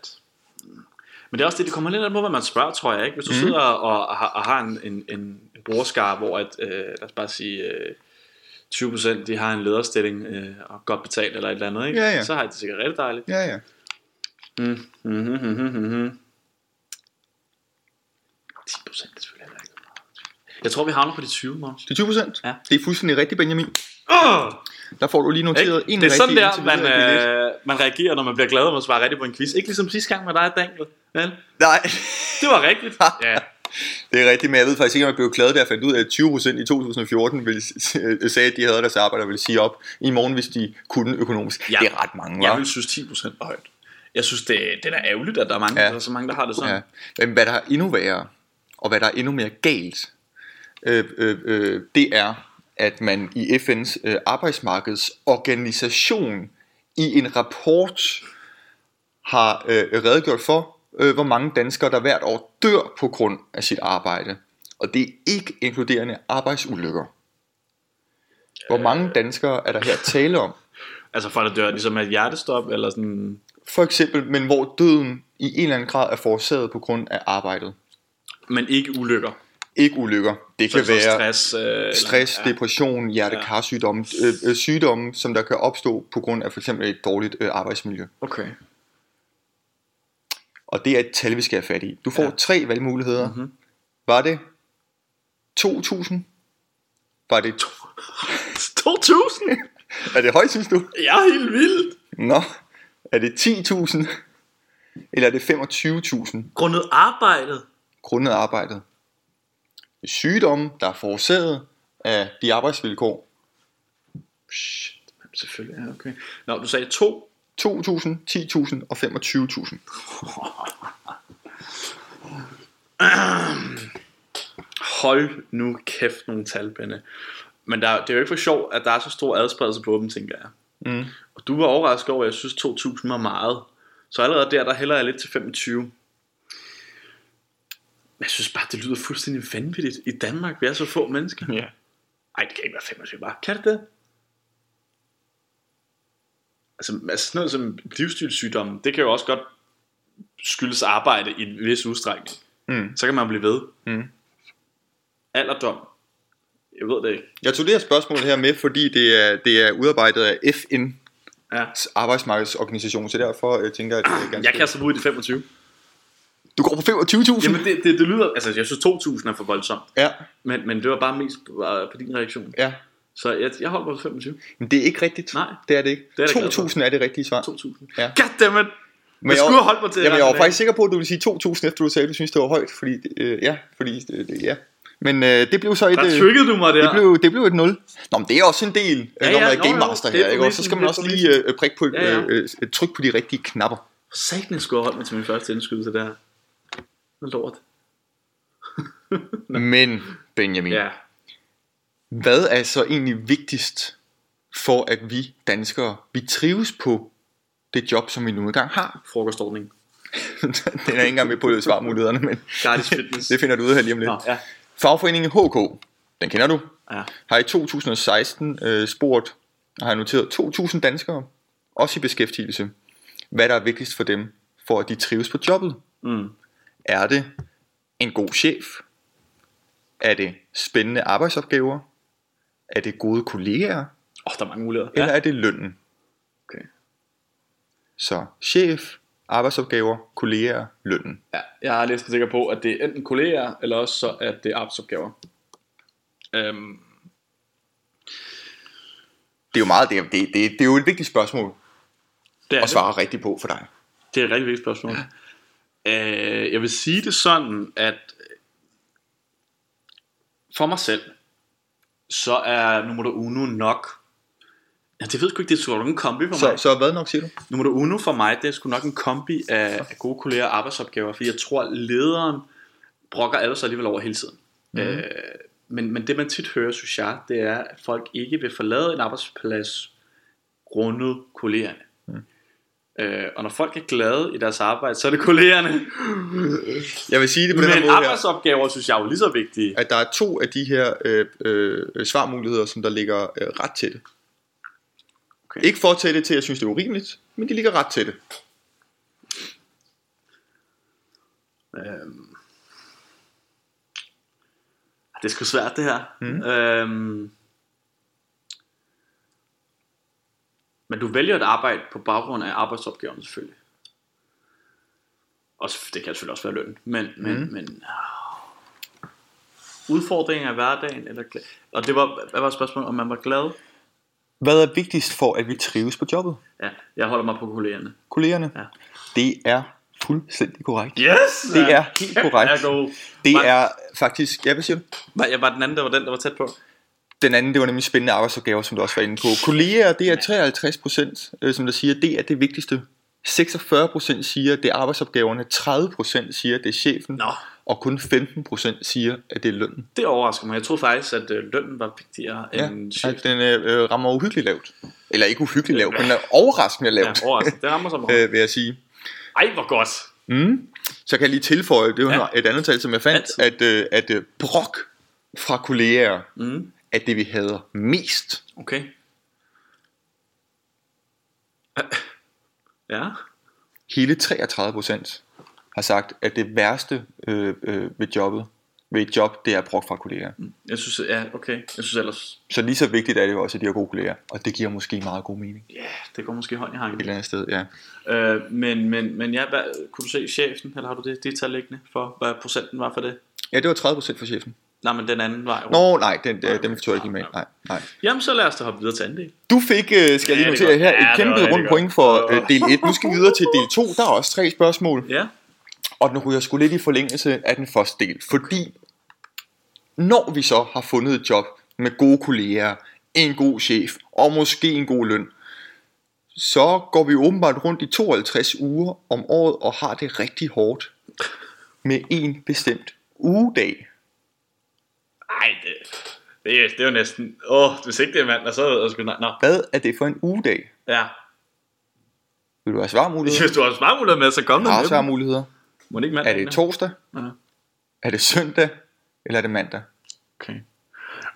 S1: Men det er også det, det kommer lidt an på, hvad man spørger, tror jeg. Ikke? Hvis du
S2: Mhm.
S1: mm. sidder og har, og har en, en, en, en brugerskare, hvor at, øh, lad os bare sige, øh, 20 procent de har en lederstilling øh, og godt betalt eller et eller andet, ikke?
S2: Ja, ja.
S1: så har de det sikkert rigtig dejligt.
S2: Ja, ja.
S1: Mm. Mm-hmm, mm-hmm, mm-hmm. 10 procent er selvfølgelig heller ikke. Jeg tror, vi havner på de 20, Måns.
S2: Det er 20 procent.
S1: Ja.
S2: Ja. Det er fuldstændig rigtigt, Benjamin.
S1: Oh!
S2: Der får du lige
S1: Ikke?
S2: noteret en
S1: Det er sådan
S2: rigtig
S1: der,
S2: indtil
S1: man,
S2: videre billet.
S1: øh, man reagerer, når man bliver glad, når man svarer rigtigt på en quiz. Ikke ligesom sidste gang med dig, Daniel. Vel?
S2: Nej,
S1: Det var rigtigt. Ja.
S2: det er rigtigt, men jeg ved faktisk ikke, om jeg blev glad, da jeg fandt ud af, at 20 procent i 2014 ville, sagde, at de havde deres arbejde og ville sige op i morgen, hvis de kunne økonomisk.
S1: Ja.
S2: Ja. Det er ret mange,
S1: Jeg
S2: hva'?
S1: vil synes 10% var højt. Jeg synes, det, det er da ærgerligt, at der er, mange, ja.
S2: Ja.
S1: der er så mange, der har det sådan.
S2: Ja. Men hvad der er endnu værre, og hvad der er endnu mere galt, øh, øh, øh, det er, at man i FN's øh, arbejdsmarkedsorganisation i en rapport har øh, redegjort for, øh, hvor mange danskere, der hvert år dør på grund af sit arbejde. Og det er ikke inkluderende arbejdsulykker. Hvor mange danskere er der her tale om?
S1: Altså folk, der dør ligesom af et hjertestop, eller sådan...
S2: For eksempel, men hvor døden i en eller anden grad er forårsaget på grund af arbejdet.
S1: Men ikke ulykker.
S2: Ikke ulykker. Det
S1: Så,
S2: kan
S1: så
S2: være
S1: stress... Øh, eller-
S2: stress,
S1: ja.
S2: depression, hjerte-karsygdomme, øh, øh, sygdomme, som der kan opstå på grund af for eksempel et dårligt øh, arbejdsmiljø.
S1: Okay.
S2: Og det er et tal, vi skal have fat i. Du får
S1: Ja. Mhm.
S2: ja. tre valgmuligheder. Mm-hmm. Var det 2.000? Var det...
S1: 2000?
S2: Er det højt, synes du?
S1: Jeg er helt vild.
S2: Nå. Er det 10.000? Eller er det 25.000
S1: Grundet arbejdet.
S2: grundet arbejdet? Sygdomme, der er forårsaget af de arbejdsvilkår.
S1: Shit, jamen, selvfølgelig. Ja, okay. Nå, du sagde to.
S2: 2.000, 10.000 og 25.000.
S1: Hold nu kæft nogle talpinde. Men der, det er jo ikke for sjovt, at der er så stor adspredelse på dem, tænker jeg.
S2: Mm.
S1: Og du var overrasket over, at jeg synes 2000 var meget. Så allerede der, der hælder jeg lidt til 25. Men Jeg synes bare, det lyder fuldstændig vanvittigt. I Danmark, vi er så få mennesker.
S2: Ja.
S1: Ej, det kan ikke være 25 bare. Kan det det? Altså, altså sådan noget som livsstilssygdomme, det kan jo også godt skyldes arbejde i en vis udstrækning.
S2: Mm.
S1: Så kan man blive ved.
S2: Mm.
S1: Alderdom. Jeg ved det ikke.
S2: Jeg tog det her spørgsmål her med, fordi det er, det er udarbejdet af FN's
S1: Ja.
S2: arbejdsmarkedsorganisation, så derfor øh, tænker jeg, at det er ganske...
S1: Jeg kaster mig ud i de 25.
S2: Du går på 25.000?
S1: Jamen, det, det, det lyder... Altså, jeg synes 2000 er for voldsomt.
S2: Ja,
S1: Men, men det var bare mest på, øh, på din reaktion.
S2: ja.
S1: Så jeg, jeg holder på 25.
S2: Men det er ikke rigtigt.
S1: Nej.
S2: Det er det ikke.
S1: Det er jeg glad for.
S2: 2.000 er det rigtige svar.
S1: 2000.
S2: Ja.
S1: Goddammit! Men jeg
S2: jeg
S1: skulle have
S2: var-
S1: holdt mig til
S2: Jamen,
S1: det
S2: jeg var
S1: her.
S2: faktisk sikker på, at du ville sige 2.000, efter du sagde, at du synes, det var højt. Fordi, øh, ja, fordi, øh, det- ja. Men øh, det blev så et...
S1: Der
S2: øh,
S1: triggede du mig der.
S2: det blev, det blev et 0. Nå, men det er også en del, øh,
S1: Ja,
S2: når
S1: ja,
S2: man er
S1: nå,
S2: Game
S1: jo,
S2: Master
S1: det er
S2: her, ikke? også?
S1: præmissen,
S2: så skal
S1: det
S2: man
S1: er
S2: også lige øh, prikke på,
S1: Ja, ja.
S2: øh, øh, trykke på de rigtige knapper.
S1: Satan skulle jeg holde mig til min første indskydelse der. Hvad lort.
S2: Men, Benjamin,
S1: Ja.
S2: Hvad er så egentlig vigtigst for, at vi danskere, vi trives på det job, som vi nu engang har?
S1: Frokostordning.
S2: Den er ikke engang med på svarmulighederne, men
S1: Gratis fitness.
S2: det finder du ud af lige om lidt.
S1: Nå, ja.
S2: Fagforeningen HK, den kender du,
S1: ja.
S2: har i 2016 øh, spurgt og har noteret 2.000 danskere, også i beskæftigelse, hvad der er vigtigst for dem, for at de trives på jobbet.
S1: Mm.
S2: Er det en god chef? Er det spændende arbejdsopgaver? Er det gode kollegaer?
S1: Oh, der er mange muligheder.
S2: eller
S1: Ja.
S2: er det lønnen?
S1: Okay.
S2: Så chef, arbejdsopgaver, kolleger, lønnen.
S1: ja. Jeg er lidt sikker på, at det er enten kolleger, eller også så, at det er arbejdsopgaver. Øhm,
S2: Det er jo meget det, det, det, det er jo et vigtigt spørgsmål
S1: det er
S2: at svare rigtigt på for dig.
S1: Det, det er et rigtig vigtigt spørgsmål. øh, jeg vil sige det sådan, at for mig selv, så er nummer uno nok. Ja, det ved jeg sgu ikke, det er sgu nok en kombi for mig.
S2: Så, så hvad nok siger du?
S1: Nummer uno for mig, det er sgu nok en kombi af, af gode kolleger og arbejdsopgaver, fordi jeg tror, lederen brokker alle sig alligevel over hele tiden.
S2: Mhm.
S1: Mm. Øh, men, men det, man tit hører, synes jeg, det er, at folk ikke vil forlade en arbejdsplads grundet kollegerne.
S2: Mhm.
S1: Mm. Øh, og når folk er glade i deres arbejde, så er det kollegerne.
S2: Jeg vil sige det på den her
S1: Men
S2: måde her,
S1: arbejdsopgaver, synes jeg, er jo lige så vigtige.
S2: at der er to af de her øh, øh, svarmuligheder, som der ligger øh, ret til det.
S1: Okay.
S2: Ikke for tætte til, at jeg synes, det er urimeligt, men de ligger ret til det.
S1: Øhm. Det er sgu svært det her. Mm. Øhm. Men du vælger et arbejde på baggrund af arbejdsopgaven selvfølgelig. Og det kan selvfølgelig også være løn. Men, men, mm. men åh. udfordringer i hverdagen. Eller, gla- og det var, hvad var spørgsmålet, om man var glad?
S2: Hvad er vigtigst for, at vi trives på jobbet?
S1: Ja, jeg holder mig på kollegerne.
S2: Kollegerne?
S1: Ja.
S2: Det er fuldstændig korrekt.
S1: Yes!
S2: Det er helt korrekt.
S1: Jeg, er
S2: Det
S1: Var-
S2: er faktisk, ja, hvad siger du?
S1: var, jeg var den anden, der var den, der var tæt på.
S2: Den anden, det var nemlig spændende arbejdsopgaver, som du også var inde på. Kolleger, det er 53 procent, øh, som der siger, det er det vigtigste. 46 procent siger, det er arbejdsopgaverne. 30 procent siger, det er chefen.
S1: Nå.
S2: Og kun 15 procent siger, at det er lønnen.
S1: Det overrasker mig. Jeg troede faktisk, at øh, lønnen var vigtigere
S2: Ja,
S1: end
S2: at
S1: chef.
S2: den øh, øh, rammer uhyggeligt lavt. Eller ikke uhyggeligt lavt, men er overraskende
S1: Ja,
S2: lavt,
S1: overraskende. Det rammer så meget.
S2: øh, vil jeg sige.
S1: Ej, hvor godt.
S2: Mm. Så kan jeg lige tilføje, det var
S1: Ja.
S2: ja. et andet tal, som jeg fandt,
S1: Altid.
S2: at, øh, at øh, brok fra kolleger
S1: Mm.
S2: er det, vi hader mest.
S1: Okay. Ja.
S2: Hele 33 procent har sagt, at det værste øh, øh, ved jobbet, ved et job, det er brok fra kolleger.
S1: Jeg synes, ja, okay. Jeg synes ellers,
S2: Så lige så vigtigt er det jo også, at de har gode kolleger, og det giver måske meget god mening et
S1: ja, det går måske hånd i hånd.
S2: eller andet sted, ja.
S1: Øh, men, men, men ja, hvad, kunne du se chefen, eller har du det, det tal liggende for, hvad procenten var for det?
S2: Ja, det var 30 procent for chefen.
S1: Nej, men den anden vej rundt.
S2: Nå, nej, den,
S1: Nej,
S2: øh, dem tog jeg ikke med.
S1: nej.
S2: Nej, nej.
S1: Jamen, så lad os da hoppe videre til anden del.
S2: Du fik, øh, skal jeg
S1: Ja,
S2: lige
S1: det er
S2: notere
S1: godt.
S2: her,
S1: Ja, det
S2: et
S1: var
S2: kæmpe
S1: rigtig
S2: rundt
S1: godt.
S2: point for
S1: Det
S2: øh, del 1. Nu skal vi videre til del 2. Der er også tre spørgsmål.
S1: Ja.
S2: Og den ryger sgu lidt i forlængelse af den første del, fordi når vi så har fundet et job med gode kolleger, en god chef og måske en god løn, så går vi åbenbart rundt i 52 uger om året og har det rigtig hårdt med en bestemt ugedag.
S1: Ej, det, det, det er jo næsten... Åh, hvis ikke det er mandag, så er det sgu nej. Nå,
S2: Hvad er det for en ugedag?
S1: ja.
S2: Vil du have svarmuligheder?
S1: Hvis du har svarmuligheder med, så kom
S2: Jeg
S1: der
S2: har
S1: med dem.
S2: svarmuligheder.
S1: Må det ikke mandag?
S2: Er det torsdag?
S1: Ja.
S2: Er det søndag? Eller er det mandag?
S1: Okay.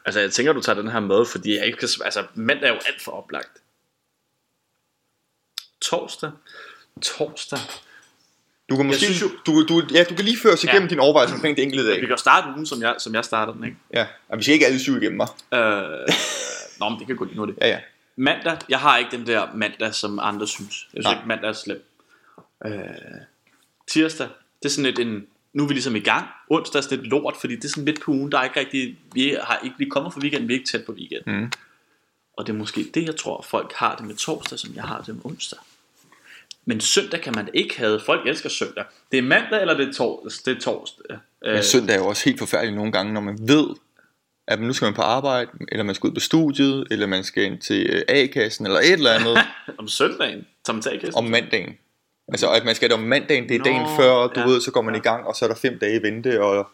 S1: Altså, jeg tænker, du tager den her med, fordi jeg ikke kan... sv- Altså, mandag er jo alt for oplagt. Torsdag. Torsdag.
S2: Du kan måske,
S1: synes jo-
S2: du, du, ja, du kan lige føre os igennem ja. din overvejelse omkring det enkelte
S1: Vi
S2: dag.
S1: kan jo starte ugen, som jeg, som jeg starter den, ikke?
S2: Ja, og vi skal ikke alle syv igennem mig.
S1: Øh, nå, men det kan gå lige nu det.
S2: Ja, ja.
S1: Mandag, jeg har ikke den der mandag, som andre synes. Jeg synes
S2: Nej.
S1: ikke, mandag er slem. Øh, tirsdag, det er sådan lidt en... Nu er vi ligesom i gang. Onsdag er sådan lidt lort, fordi det er sådan midt på ugen, der er ikke rigtig... Vi, har ikke, vi kommer fra weekenden, vi er ikke tæt på weekenden.
S2: Mhm.
S1: Og det er måske det, jeg tror, folk har det med torsdag, som jeg har det med onsdag. Men søndag kan man ikke have. Folk elsker søndag. Det er mandag, eller det er torsdag? Det er torsdag. Øh,
S2: Men søndag er jo også helt forfærdeligt nogle gange, når man ved, at nu skal man på arbejde, eller man skal ud på studiet, eller man skal ind til øh, A-kassen, eller et eller andet
S1: Øh, om søndagen, som tager
S2: om mandagen. Altså, at man skal det om mandagen, det er
S1: Nå,
S2: dagen før, og du
S1: ja,
S2: ja, ved, så går man i gang, og så er der fem dage i vente, og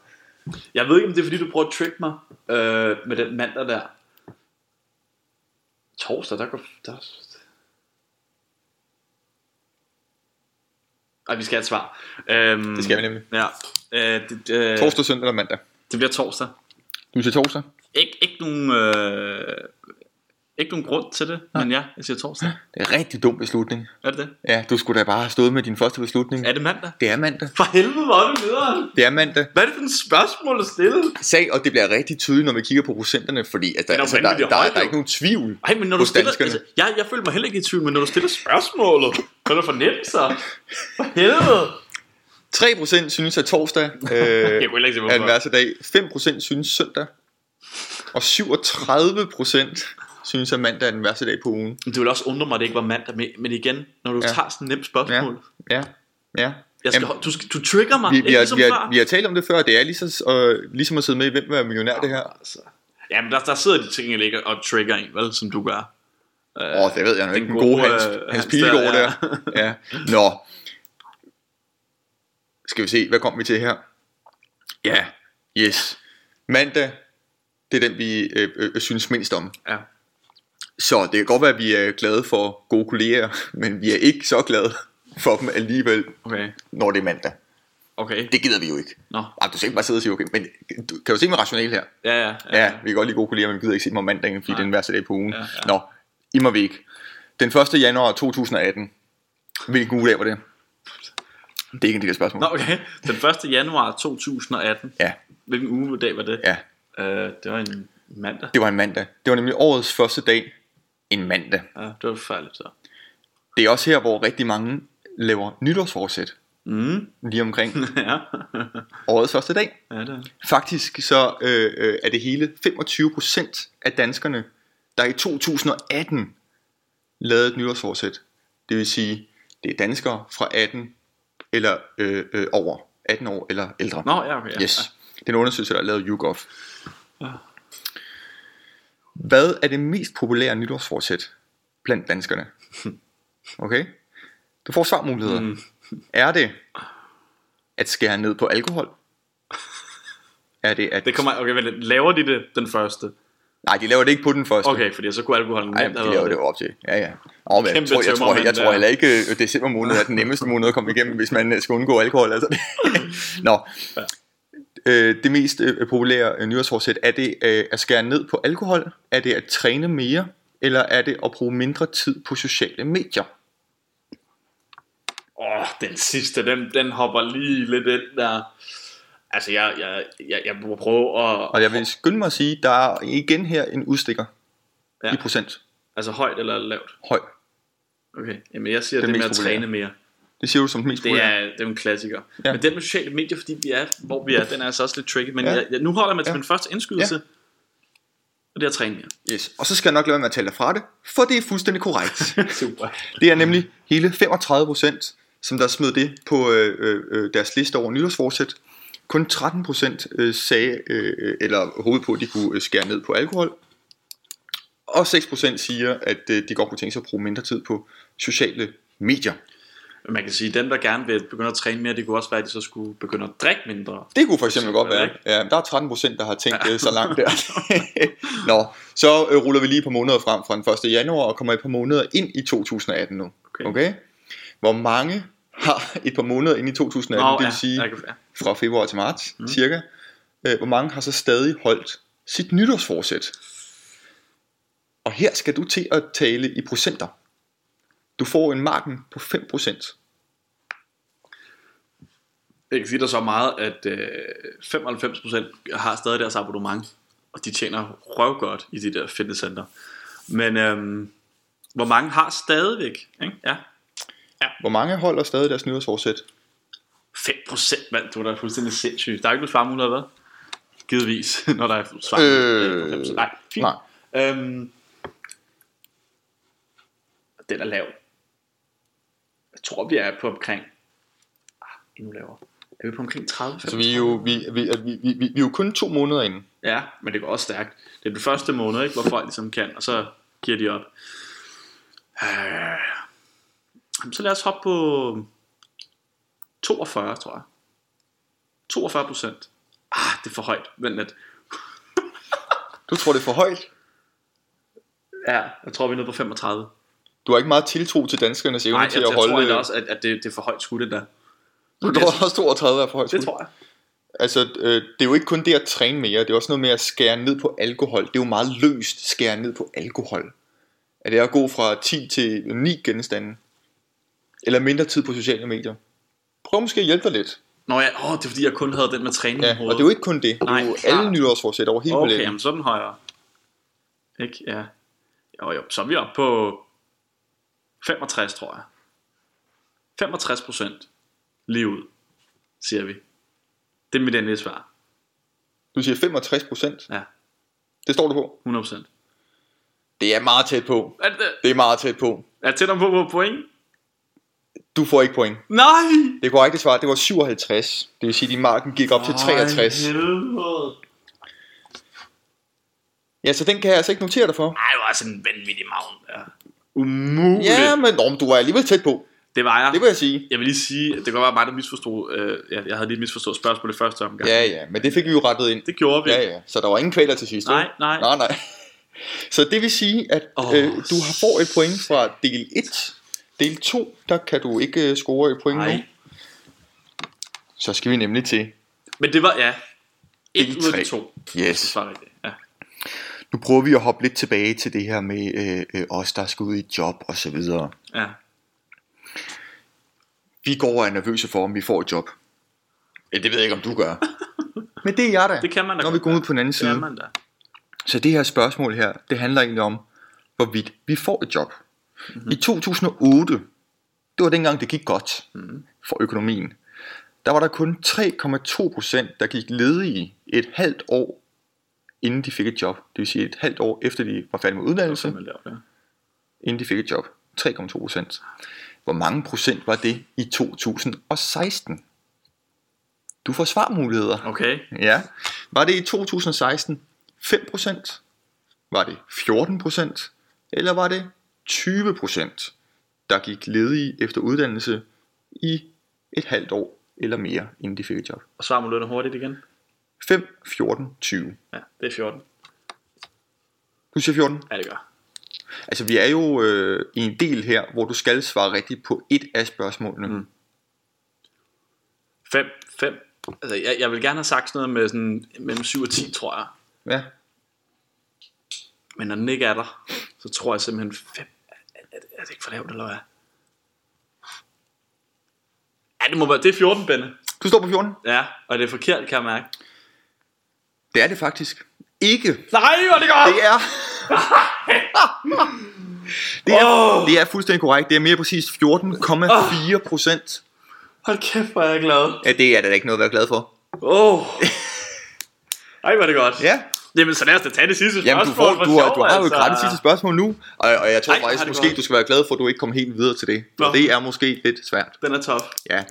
S1: Jeg ved ikke, om det er, fordi du prøver at trick mig øh, med den mandag der. Torsdag, der går... Der... Ej, vi skal have et svar. Øhm,
S2: det skal vi nemlig.
S1: Ja. Øh, det, øh,
S2: Torsdag, søndag eller mandag.
S1: det bliver torsdag.
S2: Du siger torsdag?
S1: Ik- ikke nogen... Øh, ikke nogen grund til det, men ja, jeg siger torsdag.
S2: Det er en rigtig dum beslutning.
S1: Er det det?
S2: Ja, du skulle da bare have stået med din første beslutning.
S1: Er det mandag?
S2: Det er mandag.
S1: For helvede, hvor er det videre?
S2: Det er mandag.
S1: Hvad er det for en spørgsmål at stille?
S2: Sag, og det bliver rigtig tydeligt, når vi kigger på procenterne, fordi at der,
S1: er jo
S2: altså, der, der,
S1: vanvittigt
S2: der,
S1: højt,
S2: er- der er
S1: jo.
S2: ikke nogen tvivl.
S1: Ej, men når du
S2: Hos
S1: stiller...
S2: danskerne.
S1: Altså, jeg, jeg føler mig heller ikke i tvivl, men når du stiller spørgsmålet, når du fornemmer sig, for helvede.
S2: 3% synes, at torsdag øh,
S1: Jeg kunne heller ikke se,
S2: er en
S1: hvorfor.
S2: værste dag. 5% synes søndag. Og 37% synes, at mandag er den værste dag på ugen.
S1: Men Det ville også undre mig, at det ikke var mandag, men- men igen, når du ja.
S2: Ja.
S1: tager sådan et nemt spørgsmål, ja.
S2: Ja, ja.
S1: jeg skal,
S2: Jamen,
S1: du, skal, du trigger mig,
S2: Vi,
S1: ikke
S2: vi, har,
S1: ligesom
S2: vi,
S1: før.
S2: har, vi har talt om det før, det er ligesom, øh, ligesom at sidde med i Hvem vil være millionær, det her.
S1: Altså. Jamen, der, der sidder de ting, jeg ligger og trigger en, vel, som du gør.
S2: Åh, oh, det ved jeg nok
S1: den
S2: ikke. Den
S1: gode,
S2: gode Hans,
S1: øh,
S2: Hans,
S1: Hans
S2: Hans
S1: der,
S2: Pilgaard der. Ja. ja. Nå. Skal vi se, hvad kom vi til her? Ja, yes. Mandag, det er den, vi øh, øh, synes mindst om.
S1: Ja.
S2: Så det kan godt være, at vi er glade for gode kolleger, men vi er ikke så glade for dem alligevel,
S1: Okay.
S2: når det er mandag.
S1: Okay.
S2: Det gider vi jo ikke.
S1: Nå.
S2: Ej, du skal ikke bare sidde og sige, okay, men du, kan du se mig rationale her?
S1: Ja, ja.
S2: Ja, ja, vi kan godt lide gode kolleger, men vi gider ikke se dem om mandagen, fordi
S1: Nej.
S2: det er den værste dag på ugen.
S1: Ja,
S2: Ja,
S1: ja.
S2: ja. Nå, i må vi ikke. Den 1. januar 2018, hvilken ugedag var det? Det er ikke en del af spørgsmålet.
S1: Nå, okay. Den 1. januar 2018.
S2: Ja,
S1: Hvilken ugedag var det?
S2: ja,
S1: Øh, det var en mandag.
S2: det var en mandag. Det var nemlig årets første dag, en mandag.
S1: Ja, det var forfærdeligt så.
S2: Det er også her, hvor rigtig mange laver nytårsforsæt
S1: Mm.
S2: lige omkring
S1: ja.
S2: årets første dag.
S1: ja, det er det.
S2: Faktisk så øh, øh, er det hele 25% af danskerne, der i 2018 lavede et nytårsforsæt. Det vil sige, det er danskere fra 18 eller øh, øh, over 18 år eller ældre.
S1: Nå, ja, okay. Ja.
S2: Yes. Det er en undersøgelse, der er lavet af YouGov. Hvad er det mest populære nytårsforsæt blandt danskerne? Okay? Du får svarmuligheder.
S1: Mm.
S2: Mm. Er det at skære ned på alkohol? Er det at
S1: Det kommer, okay, vent, lidt. laver de det den første?
S2: Nej, de laver det ikke på den første.
S1: Okay, fordi så kunne alkoholen
S2: Nej,
S1: nemt
S2: de
S1: have
S2: laver
S1: været
S2: det jo op til. Ja, ja. Nå, men jeg,
S1: Kæmpe
S2: tror, jeg, tror, jeg, jeg
S1: tømmermænd der.
S2: tror heller ikke, at december måned er den nemmeste måned at komme igennem, hvis man øh, skal undgå alkohol. Altså. Nå.
S1: Ja.
S2: Øh, Det mest øh, populære øh, nytårsforsæt, er det øh, at skære ned på alkohol? Er det at træne mere? Eller er det at bruge mindre tid på sociale medier?
S1: Åh, oh, den sidste, den, den hopper lige lidt ind der. Altså, jeg, jeg, jeg, jeg må prøve at...
S2: Og jeg vil skynde mig at sige, der er igen her en udstikker
S1: Ja.
S2: ja. i procent
S1: Altså, højt eller lavt?
S2: høj.
S1: Okay, jamen jeg siger
S2: Den
S1: det, det med
S2: mest
S1: at
S2: populære.
S1: træne mere.
S2: Det siger du som den mest
S1: Det
S2: populære.
S1: er, det er jo en klassiker. Ja.
S2: Ja.
S1: Men den med sociale medier, fordi vi er, hvor vi er, den er altså også lidt tricky. Men ja.
S2: Ja.
S1: jeg, jeg, nu holder jeg mig til ja.
S2: Ja.
S1: min første indskydelse. Ja. Og det er at træne mere.
S2: Yes. Og så skal jeg nok lade være med at tale dig fra det, for det er fuldstændig korrekt.
S1: Super.
S2: Det er nemlig hele 35 procent, som der smed det på øh, øh, øh, deres liste over nytårsforsæt. Kun 13 procent øh, sagde, øh, øh, eller håbede på, at de kunne øh, skære ned på alkohol. Og 6 procent siger, at øh, de godt kunne tænke sig at bruge mindre tid på sociale medier.
S1: Men man kan sige, at dem, der gerne vil begynde at træne mere, det kunne også være, at de så skulle begynde at drikke mindre.
S2: Det kunne for eksempel godt
S1: Eller
S2: være. Ja, der er 13 procent, der har tænkt ja. så langt der. Nå, så øh, ruller vi lige et par måneder frem fra den 1. januar og kommer et par måneder ind i 2018 nu.
S1: Okay.
S2: Okay? Hvor mange har et par måneder ind i 2018, det vil sige
S1: jeg kan, ja.
S2: fra februar til marts mm. cirka, øh, hvor mange har så stadig holdt sit nytårsforsæt. Og her skal du til at tale i procenter. Du får en marken på 5%.
S1: jeg kan sige dig så meget, at øh, 95% har stadig deres abonnement, og de tjener røvgodt i de der fitnesscenter. Men øhm, hvor mange har stadigvæk, ikke? Ja,
S2: Hvor mange holder stadig deres nytårsforsæt?
S1: 5% mand, du er da fuldstændig sindssyg. Der er ikke blevet svarmulighed, hvad? Givetvis, når der er
S2: Øh,
S1: svarmulighed. Øh, nej, fint.
S2: nej.
S1: Nej. Øhm, den er lav. Jeg tror, vi er på omkring... Ah, endnu lavere. Er vi på omkring 30?
S2: Så vi er jo, vi, vi, vi, vi, vi, vi er jo kun to måneder inde.
S1: Ja, men det går også stærkt. Det er den første måned, ikke, hvor folk ligesom kan, og så giver de op. Øh, jamen, så lad os hoppe på 42, tror jeg. 42 procent. Ah, det er for højt. Vent lidt.
S2: Du tror, det er for højt?
S1: Ja, jeg tror, vi er nede på 35.
S2: Du har ikke meget tiltro til danskernes evne
S1: Nej,
S2: til
S1: jeg,
S2: at
S1: jeg
S2: holde...
S1: tror egentlig også, at, at det, det er for højt skudt, det der.
S2: du tror også 32 er for højt.
S1: Det tror jeg.
S2: Altså, øh, det er jo ikke kun det at træne mere, det er også noget med at skære ned på alkohol. Det er jo meget løst skære ned på alkohol. Er det at gå fra 10 til 9 genstande? Eller mindre tid på sociale medier? Prøv måske at hjælpe dig lidt.
S1: Nå ja, åh, det er fordi, jeg kun havde den med træning i
S2: Ja, og
S1: hovedet.
S2: det er jo ikke kun det. Det
S1: Nej,
S2: er jo
S1: klart.
S2: alle nytårsforsæt over hele
S1: Okay,
S2: paletten.
S1: jamen, så er den højere. Ikke? Ja. Jo, jo, så er vi oppe på 65, tror jeg. 65 procent lige ud, siger vi. Det er mit endelige svar.
S2: Du siger 65 procent.
S1: Ja,
S2: Det står du på.
S1: 100 procent.
S2: Det er meget tæt på.
S1: Er, det-
S2: Det er meget tæt på.
S1: er jeg tættere på på point?
S2: Du får ikke point.
S1: Nej!
S2: Det korrekte svar, det var 57. Det vil sige, at din marken gik op til 63.
S1: Ej, helvede.
S2: Ja, så den kan jeg altså ikke notere dig for.
S1: Ej, det var sådan en vanvittig maven. Ja. Umuligt.
S2: Ja, men, nå, men du var alligevel tæt på.
S1: Det var jeg.
S2: Det vil jeg sige.
S1: Jeg vil lige sige, at det kan godt være mig, der misforstod. Øh, jeg, jeg havde lige misforstået spørgsmålet i første omgang.
S2: Ja, ja, men det fik vi jo rettet ind.
S1: Det gjorde vi.
S2: Ja, ja, så der var ingen kvaler til sidst.
S1: Nej,
S2: ikke?
S1: nej.
S2: Nej, nej. Så det vil sige, at
S1: Åh,
S2: oh, øh, du har får et point fra del 1. Del 2, der kan du ikke øh, score et point
S1: Nej.
S2: nu. Så skal vi nemlig til.
S1: Men det var, ja. Et
S2: Del
S1: ud af de
S2: tre.
S1: to. Det
S2: Yes.
S1: var rigtigt, ja.
S2: Nu prøver vi at hoppe lidt tilbage til det her med øh, øh, os, der skal ud i job og så videre.
S1: ja.
S2: Vi går og er nervøse for, om vi får et job. Ja, det ved jeg ikke, om du gør. Men det er jeg da,
S1: Det kan man da
S2: når vi
S1: godt
S2: går ud
S1: gøre.
S2: på den anden
S1: Det er
S2: side.
S1: man da.
S2: Så det her spørgsmål her, det handler egentlig om, hvorvidt vi får et job.
S1: Mhm.
S2: Mm-hmm. I 2008, det var dengang, det gik godt
S1: Mhm.
S2: mm-hmm. for økonomien, der var der kun 3,2 procent, der gik ledige et halvt år, inden de fik et job. Det vil sige et halvt år efter de var færdige med uddannelse,
S1: Som er lavt, ja.
S2: inden de fik et job. 3,2 procent. Hvor mange procent var det i 2016? Du får svarmuligheder.
S1: Okay.
S2: Ja. Var det i 2016 5%? Var det 14%? Eller var det 20%, der gik ledige efter uddannelse i et halvt år eller mere, inden de fik et job?
S1: Og svar mig hurtigt igen.
S2: 5, 14, 20.
S1: Ja, det er 14.
S2: Du siger 14?
S1: Ja, det gør.
S2: Altså, vi er jo øh, i en del her, hvor du skal svare rigtigt på et af spørgsmålene.
S1: Mm. 5, 5. Altså, jeg, jeg vil gerne have sagt sådan noget med sådan, mellem 7 og 10, tror jeg.
S2: Ja.
S1: Men når den ikke er der, så tror jeg simpelthen 5. Er, er, er det ikke for lavt, eller hvad? Ja, det må være, det er 14, Benne.
S2: Du står på 14.
S1: Ja, og det er forkert, kan jeg mærke.
S2: Det er det faktisk. Ikke.
S1: Nej, hvor er det godt!
S2: Det er... det, er,
S1: Åh.
S2: det er fuldstændig korrekt. Det er mere præcist 14,4 procent.
S1: Hold kæft, hvor er jeg glad.
S2: Ja, det er der da ikke noget at være glad for.
S1: Åh. Oh. Ej, hvor er det godt.
S2: Ja,
S1: Jamen, så lad os da tage det sidste
S2: Jamen, du,
S1: spørgsmål.
S2: får,
S1: Hvor
S2: du, har,
S1: sjovt,
S2: du har jo et
S1: altså.
S2: gratis sidste spørgsmål nu, og, og jeg tror
S1: Ej,
S2: Ej,
S1: hvor har
S2: faktisk
S1: det
S2: måske,
S1: godt.
S2: du skal være glad for, at du ikke kom helt videre til det. For
S1: Nå.
S2: det er måske lidt svært.
S1: Den er tough.
S2: Ja.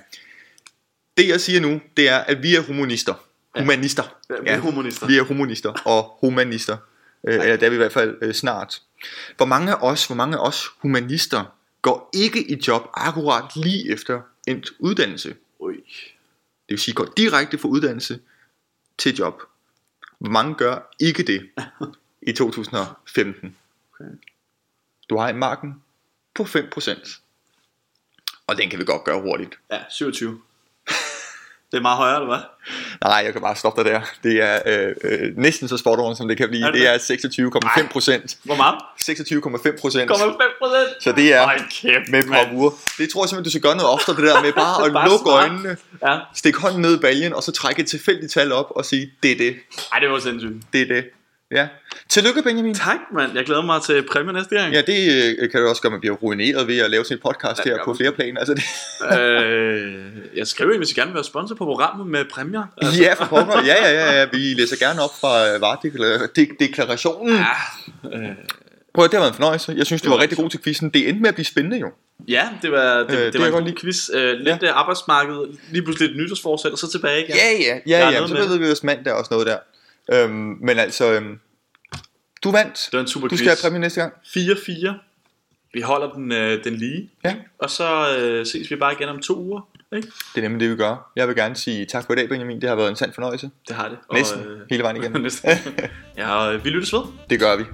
S2: Det jeg siger nu, det er, at vi er humanister. Humanister.
S1: Ja, vi er humanister.
S2: Vi er humanister og humanister. Øh, eller det er vi i hvert fald øh, snart. Hvor mange af os, hvor mange af os humanister går ikke i job akkurat lige efter endt uddannelse? Det
S1: Ui.
S2: vil sige, går direkte fra uddannelse til job. Hvor mange gør ikke det i 2015?
S1: Okay.
S2: Du har en marken på 5%. Og den kan vi godt gøre hurtigt.
S1: Ja, 27. det er meget højere, eller hvad?
S2: Nej, jeg kan bare stoppe dig der. Det er øh, øh, næsten så spot on, som det kan blive.
S1: Er
S2: Er
S1: det
S2: det, det er 26,5 procent.
S1: Hvor meget?
S2: 26,5
S1: 0,5 procent.
S2: procent Så det er
S1: Hold kæft,
S2: med
S1: mand.
S2: bravur. Det tror jeg simpelthen, du skal gøre noget oftere, det der med bare at
S1: Bare
S2: lukke
S1: smart.
S2: øjnene,
S1: Ja.
S2: stikke hånden ned i baljen, og så trække et tilfældigt tal op og sige, det er det,
S1: Ej, det var sindssygt.
S2: det er det. Ja. Tillykke, Benjamin.
S1: Tak, mand. Jeg glæder mig til præmien næste gang.
S2: Ja, det øh, kan du også gøre, man bliver ruineret ved at lave sin podcast
S1: Ja,
S2: her
S1: gør
S2: på
S1: man.
S2: flere planer. Altså, det,
S1: øh, jeg skriver ind, hvis I gerne vil være sponsor på programmet med præmier. Altså,
S2: ja, for pokker. Ja, ja, ja, ja, vi læser gerne op fra øh, varedeklarationen.
S1: ja. Øh,
S2: Prøv at det har været en fornøjelse. Jeg synes, du
S1: Det var
S2: var rigtig god til quizzen. Det endte med at blive spændende jo.
S1: ja, det var, det,
S2: Øh,
S1: det,
S2: det
S1: det var
S2: er
S1: en
S2: godt
S1: god
S2: lige-
S1: quiz. Øh, lidt ja. arbejdsmarked, lige pludselig et nytårsforsæt, og så tilbage igen.
S2: Ja, ja,
S1: Der er
S2: ja, ja.
S1: noget
S2: Så
S1: med
S2: ved vi også mandag og sådan noget der. Øhm, men altså, øhm, du vandt.
S1: Det var en super
S2: Du
S1: quiz.
S2: skal have præmie næste gang.
S1: 4-4. Vi holder den, øh, den lige.
S2: Ja.
S1: Og så øh, ses vi bare igen om to uger. Ikke?
S2: Det er nemlig det, vi gør. Jeg vil gerne sige tak for i dag, Benjamin. Det har været en sand fornøjelse.
S1: Det har det.
S2: Næsten
S1: øh,
S2: hele vejen igennem.
S1: næsten. ja, og øh, vi lyttes ved.
S2: Det gør vi.